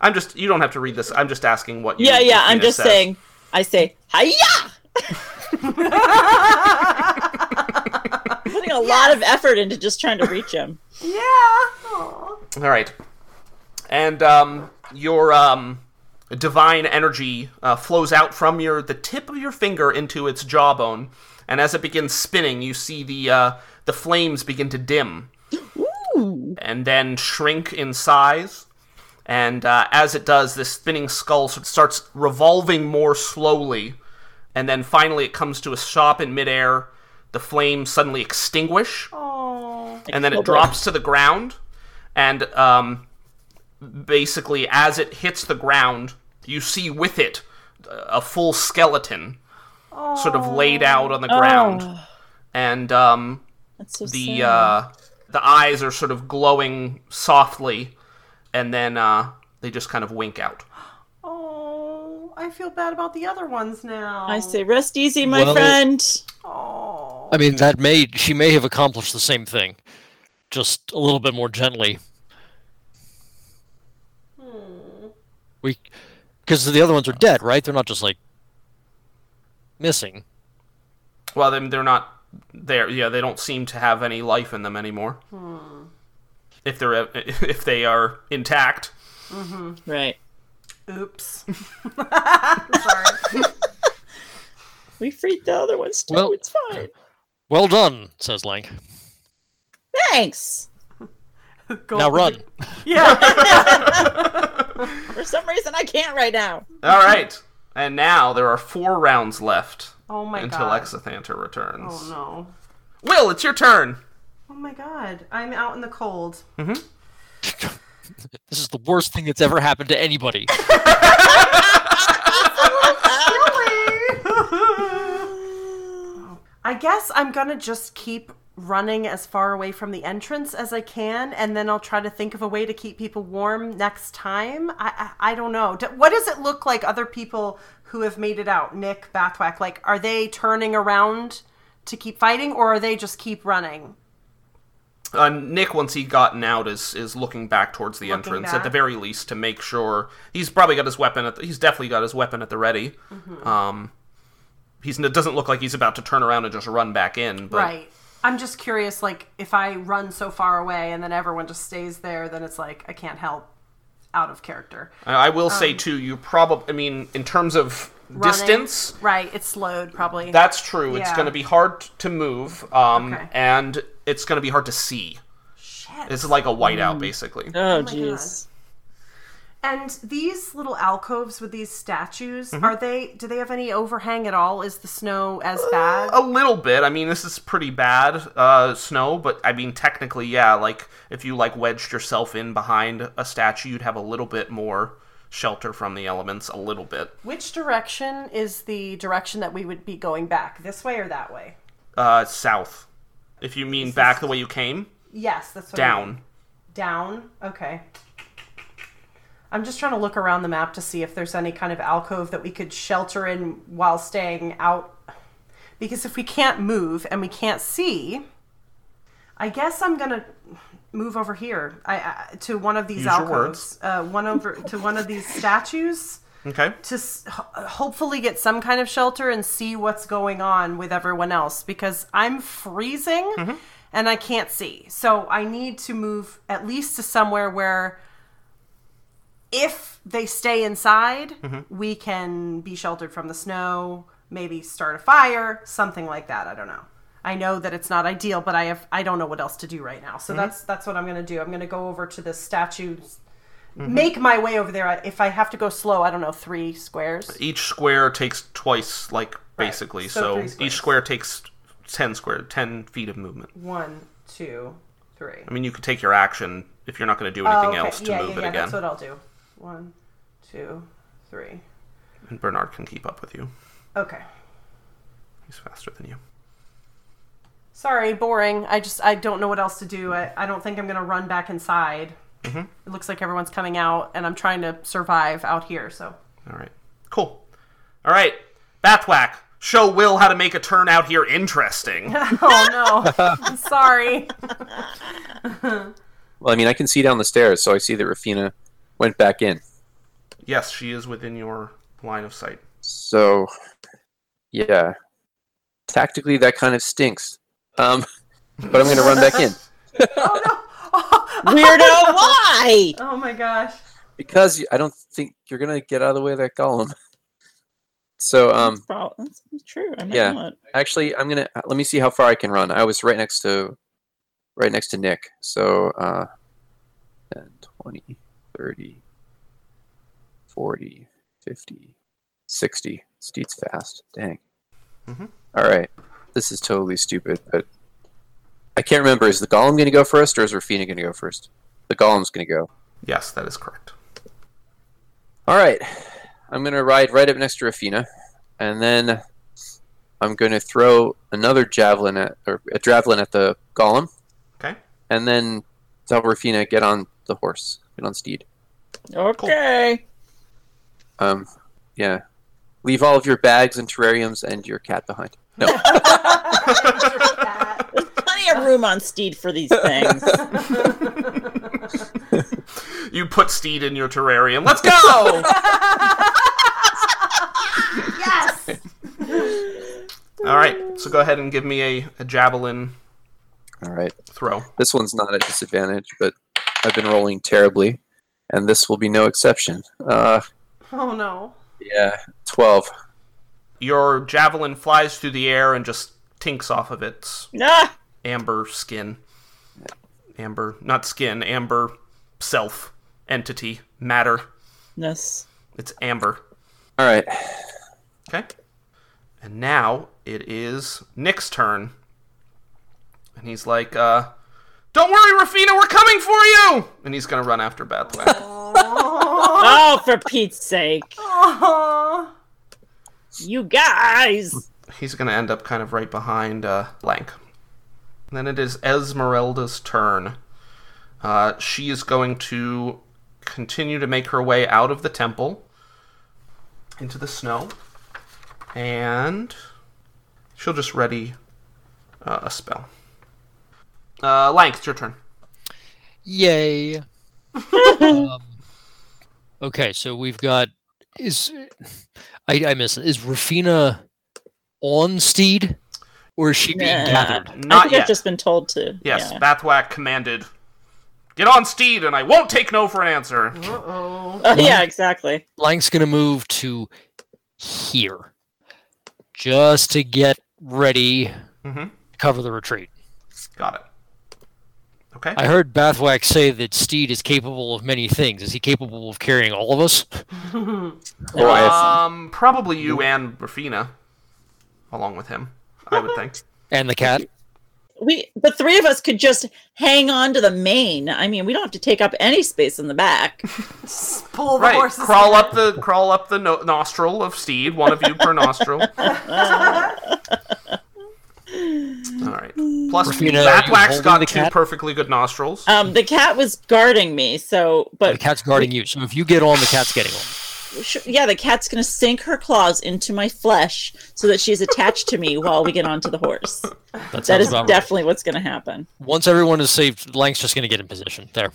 Speaker 1: I'm just. You don't have to read this. I'm just asking what. you
Speaker 3: yeah, yeah. I'm
Speaker 1: Rafina
Speaker 3: just
Speaker 1: says.
Speaker 3: saying. I say hiya. Putting a lot of effort into just trying to reach him.
Speaker 2: yeah. Aw.
Speaker 1: All right. And um, your um, divine energy uh, flows out from your the tip of your finger into its jawbone, and as it begins spinning, you see the uh, the flames begin to dim, and then shrink in size. And uh, as it does, this spinning skull sort of starts revolving more slowly, and then finally it comes to a stop in midair. The flames suddenly extinguish, and
Speaker 3: Oh,
Speaker 1: then it drops to the ground and um, basically as it hits the ground you see with it uh, a full skeleton sort of laid out on the ground and um,
Speaker 3: That's so
Speaker 1: the
Speaker 3: sad.
Speaker 1: uh, the eyes are sort of glowing softly and then uh, they just kind of wink out
Speaker 2: Oh, I feel bad about the other ones now.
Speaker 3: I say rest easy, my
Speaker 5: Well-
Speaker 3: friend.
Speaker 2: Oh.
Speaker 5: I mean, that may she may have accomplished the same thing, just a little bit more gently. We, because the other ones are dead, right? They're not just like missing.
Speaker 1: Well, then they're not there. Yeah, they don't seem to have any life in them anymore.
Speaker 2: Hmm.
Speaker 1: If they're uh, if they are intact.
Speaker 3: Right.
Speaker 2: Oops. Sorry.
Speaker 3: We freed the other ones too.
Speaker 5: Well-
Speaker 3: it's fine.
Speaker 5: Well done, says Lank.
Speaker 3: Thanks.
Speaker 5: Now run.
Speaker 2: Yeah.
Speaker 3: For some reason, I can't right now.
Speaker 1: All right, and now there are four rounds left
Speaker 2: oh my
Speaker 1: until
Speaker 2: god.
Speaker 1: Exathanter returns.
Speaker 2: Oh no.
Speaker 1: Will, it's your turn.
Speaker 2: Oh my god. I'm out in the cold.
Speaker 5: This is the worst thing that's ever happened to anybody.
Speaker 2: I guess I'm gonna just keep running as far away from the entrance as I can, and then I'll try to think of a way to keep people warm next time. I I, I don't know. D- What does it look like? Other people who have made it out, Nick Bathwack, like are they turning around to keep fighting, or are they just keep running?
Speaker 1: Uh, Nick, once he gotten out, is is looking back towards the entrance at the
Speaker 2: back.
Speaker 1: very least to make sure he's probably got his weapon. At the, he's definitely got his weapon at the ready.
Speaker 2: Mm-hmm.
Speaker 1: Um, he's it doesn't look like he's about to turn around and just run back in. But
Speaker 2: Right. I'm just curious, like if I run so far away and then everyone just stays there, then it's like I can't help out of character.
Speaker 1: I, I will say too, you probably. I mean, in terms of
Speaker 2: Um, Running-
Speaker 1: distance,
Speaker 2: Right, it's slowed probably.
Speaker 1: that's true. It's
Speaker 2: Yeah.
Speaker 1: going to be hard to move, um,
Speaker 2: Okay.
Speaker 1: and it's going to be hard to see.
Speaker 2: Shit.
Speaker 1: It's like a whiteout,
Speaker 2: Mm.
Speaker 1: basically.
Speaker 3: Oh,
Speaker 2: my
Speaker 3: jeez.
Speaker 2: And these little alcoves with these statues, are they do they have any overhang at all? Is the snow as bad?
Speaker 1: A little bit. I mean, this is pretty bad uh, snow, but I mean, technically, yeah. Like, if you like wedged yourself in behind a statue, you'd have a little bit more shelter from the elements. A little bit.
Speaker 2: Which direction is the direction that we would be going back? This way or that way?
Speaker 1: Uh, south. If you mean back the way you came,
Speaker 2: Yes, that's what I mean.
Speaker 1: down.
Speaker 2: Down. Okay. I'm just trying to look around the map to see if there's any kind of alcove that we could shelter in while staying out. Because if we can't move and we can't see, I guess I'm gonna move over here I, I, to one of these
Speaker 1: Use your
Speaker 2: alcoves, uh, one over to one of these statues
Speaker 1: Okay.
Speaker 2: to s- ho- hopefully get some kind of shelter and see what's going on with everyone else because I'm freezing and I can't see. So I need to move at least to somewhere where if they stay inside, we can be sheltered from the snow, maybe start a fire, something like that. I don't know. I know that it's not ideal, but I have I don't know what else to do right now. So that's that's what I'm going to do. I'm going to go over to this statue make my way over there. I- If I have to go slow, I don't know, three squares.
Speaker 1: Each square takes twice, like basically.
Speaker 2: So
Speaker 1: So,
Speaker 2: three squares.
Speaker 1: each square takes ten square, ten feet of movement.
Speaker 2: One, two, three. Oh,
Speaker 1: I mean, you could take your action if you're not going to do anything else to
Speaker 2: yeah,
Speaker 1: move
Speaker 2: yeah,
Speaker 1: it
Speaker 2: yeah.
Speaker 1: again.
Speaker 2: That's what I'll do. One, two, three.
Speaker 1: And Bernard can keep up with you.
Speaker 2: Okay.
Speaker 1: He's faster than you.
Speaker 2: Sorry, boring. I just I don't know what else to do. I, I don't think I'm gonna run back inside.
Speaker 1: Mm-hmm.
Speaker 2: It looks like everyone's coming out, and I'm trying to survive out here. So
Speaker 1: All right. Cool. All right. Bathwack, show Will how to make a turn out here interesting.
Speaker 2: oh no, I'm sorry.
Speaker 4: Well, I mean, I can see down the stairs, so I see that Rafina went back in.
Speaker 1: yes, she is within your line of sight.
Speaker 4: So, yeah, tactically that kind of stinks. Um, but I'm gonna run back in
Speaker 2: Oh no. Oh,
Speaker 3: Weirdo, why?
Speaker 2: oh my gosh.
Speaker 4: because you- I don't think you're gonna get out of the way of that golem. So, um,
Speaker 3: That's prob- that's true. I'm
Speaker 4: yeah.
Speaker 3: not.
Speaker 4: actually, I'm gonna uh, let me see how far I can run. I was right next to, right next to Nick. So, uh, 10, 20, 30, 40, 50, 60. This dude's fast. Dang.
Speaker 1: Mhm.
Speaker 4: All right. This is totally stupid, but I can't remember. Is the golem going to go first or is Rafina going to go first? The golem's going to go.
Speaker 1: Yes, that is correct.
Speaker 4: All right. I'm going to ride right up next to Rafina, and then I'm going to throw another javelin at, or a javelin at the golem,
Speaker 1: Okay.
Speaker 4: and then tell Rafina get on the horse, get on steed.
Speaker 3: Okay.
Speaker 4: Um, yeah. Leave all of your bags and terrariums and your cat behind. No.
Speaker 3: There's plenty of room on Steed for these things.
Speaker 1: you put Steed in your terrarium. Let's go.
Speaker 2: Yes.
Speaker 1: All right. So go ahead and give me a, a javelin
Speaker 4: All right.
Speaker 1: throw.
Speaker 4: This one's not at disadvantage, but I've been rolling terribly, and this will be no exception. Uh,
Speaker 2: oh no.
Speaker 4: yeah, 12.
Speaker 1: Your javelin flies through the air and just tinks off of its
Speaker 3: Ah!
Speaker 1: amber skin. Amber, not skin, amber self, entity, matter.
Speaker 3: Yes.
Speaker 1: It's amber.
Speaker 4: All right.
Speaker 1: Okay. And now it is Nick's turn. And he's like, uh, Don't worry, Rafina, we're coming for you! And he's gonna run after Bathlack.
Speaker 3: Oh, for Pete's sake.
Speaker 2: Aw.
Speaker 3: You guys!
Speaker 1: he's gonna end up kind of right behind uh, Lank. And then it is Esmeralda's turn. Uh, she is going to continue to make her way out of the temple into the snow. And she'll just ready uh, a spell. Uh, Lank, it's your turn.
Speaker 5: Yay. um, okay, so we've got is I, I miss it. Is Rafina on Steed, or is she being
Speaker 3: Nah.
Speaker 5: gathered?
Speaker 3: I
Speaker 1: Not
Speaker 3: think
Speaker 1: yet.
Speaker 3: I've just been told to.
Speaker 1: Yes,
Speaker 3: yeah.
Speaker 1: Bathwack commanded, Get on steed, and I won't take no for an answer.
Speaker 2: Uh-oh.
Speaker 3: Oh, yeah, exactly.
Speaker 5: Blank's gonna move to here, just to get ready
Speaker 1: Mhm.
Speaker 5: to cover the retreat.
Speaker 1: Got it. Okay.
Speaker 5: I heard Bathwack say that Steed is capable of many things. Is he capable of carrying all of us?
Speaker 4: Oh, I have-
Speaker 1: Um, probably you and Rafina, along with him. I would think.
Speaker 5: And the cat?
Speaker 3: We the three of us could just hang on to the main. I mean, we don't have to take up any space in the back.
Speaker 2: Just pull the
Speaker 1: Right.
Speaker 2: horses.
Speaker 1: Crawl up the crawl up the no- nostril of Steed. One of you per nostril. All right. Plus,
Speaker 5: Rafina, are you
Speaker 1: Bathwack's
Speaker 5: holding
Speaker 1: got
Speaker 5: the
Speaker 1: two
Speaker 5: cat?
Speaker 1: perfectly good nostrils.
Speaker 3: Um, the cat was guarding me, so
Speaker 5: The
Speaker 3: but
Speaker 5: cat's guarding you. So if you get on, the cat's getting on.
Speaker 3: sh- yeah, the cat's gonna sink her claws into my flesh so that she's attached to me while we get onto the horse.
Speaker 5: That,
Speaker 3: That
Speaker 5: sounds
Speaker 3: is
Speaker 5: about right.
Speaker 3: definitely what's gonna happen.
Speaker 5: Once everyone is saved, Lang's just gonna get in position. There.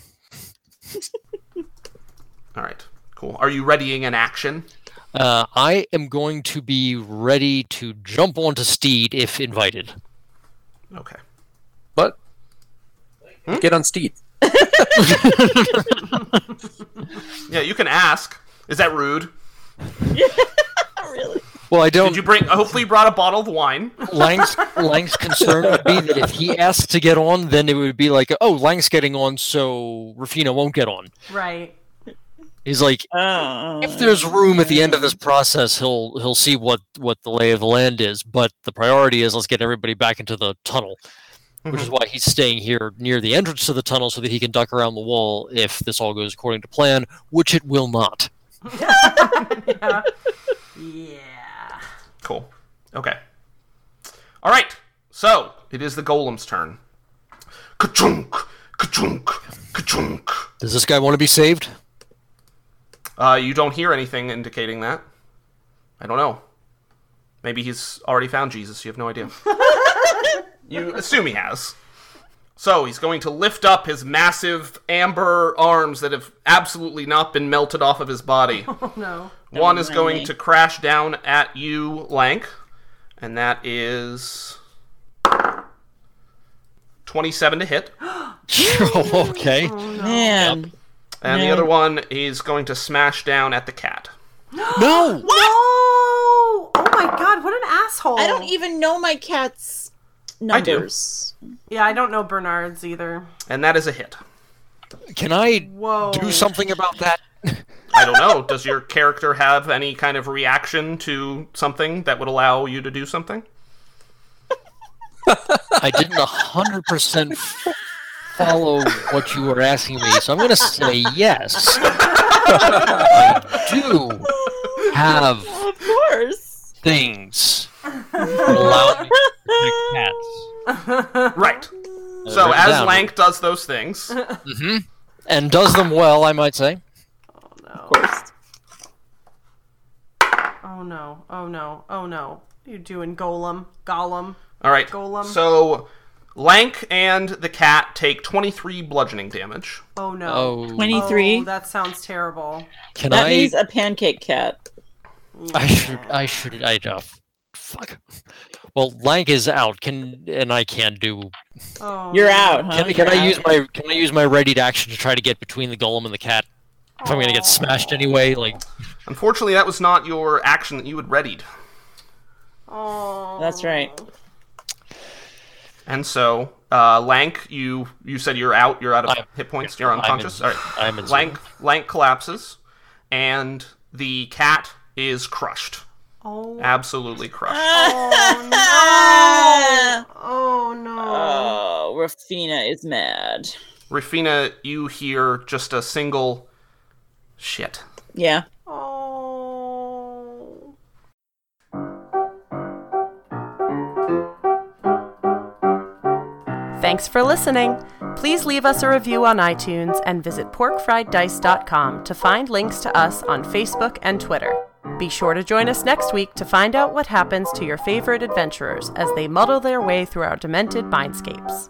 Speaker 1: All right. Cool. Are you readying an action?
Speaker 5: Uh, I am going to be ready to jump onto Steed if invited.
Speaker 1: Okay.
Speaker 4: But get on Steed.
Speaker 1: Yeah, you can ask. Is that rude?
Speaker 3: Oh, really?
Speaker 5: Well, I
Speaker 1: Did
Speaker 5: don't.
Speaker 1: you bring? Hopefully, you brought a bottle of wine.
Speaker 5: Lang's Lang's concern would be that if he asks to get on, then it would be like, oh, Lang's getting on, so Rafina won't get on.
Speaker 2: Right.
Speaker 5: He's like,
Speaker 3: Oh,
Speaker 5: if there's room at the end of this process, he'll he'll see what what the lay of the land is. But the priority is let's get everybody back into the tunnel, which is why he's staying here near the entrance to the tunnel so that he can duck around the wall if this all goes according to plan, which it will not.
Speaker 2: Yeah. yeah.
Speaker 1: Cool. Okay. All right. So it is the golem's turn. Ka-chunk, ka-chunk, ka-chunk.
Speaker 5: Does this guy want to be saved?
Speaker 1: Uh, you don't hear anything indicating that. I don't know. Maybe he's already found Jesus. You have no idea. you assume he has. So he's going to lift up his massive amber arms that have absolutely not been melted off of his body.
Speaker 2: Oh no.
Speaker 1: One is
Speaker 3: remind
Speaker 1: going
Speaker 3: me.
Speaker 1: to crash down at you, Lank, and that is 27 to hit.
Speaker 5: okay.
Speaker 3: man.
Speaker 1: And the
Speaker 3: No.
Speaker 1: other one is going to smash down at the cat.
Speaker 5: No.
Speaker 2: No. Oh my god, what an asshole.
Speaker 3: I don't e- even know my cat's
Speaker 1: do.
Speaker 3: numbers.
Speaker 2: Yeah, I don't know Bernard's either.
Speaker 1: And that is a hit.
Speaker 5: Can I
Speaker 2: Whoa.
Speaker 5: do something about that?
Speaker 1: I don't know. Does your character have any kind of reaction to something that would allow you to do something?
Speaker 5: I didn't hundred percent follow what you were asking me, so I'm going to say yes. I do have
Speaker 3: Of course.
Speaker 5: things that allow me to protect cats.
Speaker 2: Oh,
Speaker 1: Right. So
Speaker 5: written
Speaker 1: as
Speaker 5: Uh, down.
Speaker 1: Lank does those things,
Speaker 5: And does them well, I might say.
Speaker 2: No.
Speaker 3: Of course.
Speaker 2: Oh no. Oh no. Oh no. You doing golem? Golem?
Speaker 1: All right.
Speaker 2: Golem.
Speaker 1: So Lank and the cat take 23 bludgeoning damage.
Speaker 2: Oh no.
Speaker 5: Oh,
Speaker 3: 23.
Speaker 2: Oh, that sounds terrible.
Speaker 5: can
Speaker 3: that
Speaker 5: I?
Speaker 3: means a pancake cat.
Speaker 5: I should. I should. I uh, fuck. Well, Lank is out. Can and I can do.
Speaker 2: Oh,
Speaker 3: You're out, huh?
Speaker 5: Can, can
Speaker 3: You're
Speaker 5: I
Speaker 3: out.
Speaker 5: use my? Can I use my readied action to try to get between the golem and the cat? If I'm gonna get smashed anyway, like
Speaker 1: Unfortunately, that was not your action that you had readied.
Speaker 2: Oh.
Speaker 3: That's right.
Speaker 1: And so, uh, Lank, you you said you're out. You're out of
Speaker 5: I'm-
Speaker 1: hit points. You're
Speaker 5: I'm
Speaker 1: unconscious.
Speaker 5: in-
Speaker 1: All right.
Speaker 5: I'm in.
Speaker 1: Lank Lank collapses, and the cat is crushed.
Speaker 2: Oh.
Speaker 1: Absolutely crushed.
Speaker 2: Oh
Speaker 3: Ah!
Speaker 2: no. Oh no.
Speaker 3: Oh, Rafina is mad.
Speaker 1: Rafina, you hear just a single shit.
Speaker 3: Yeah.
Speaker 2: Oh. Thanks for listening. Please leave us a review on iTunes and visit porkfrieddice.com to find links to us on Facebook and Twitter. Be sure to join us next week to find out what happens to your favorite adventurers as they muddle their way through our demented mindscapes.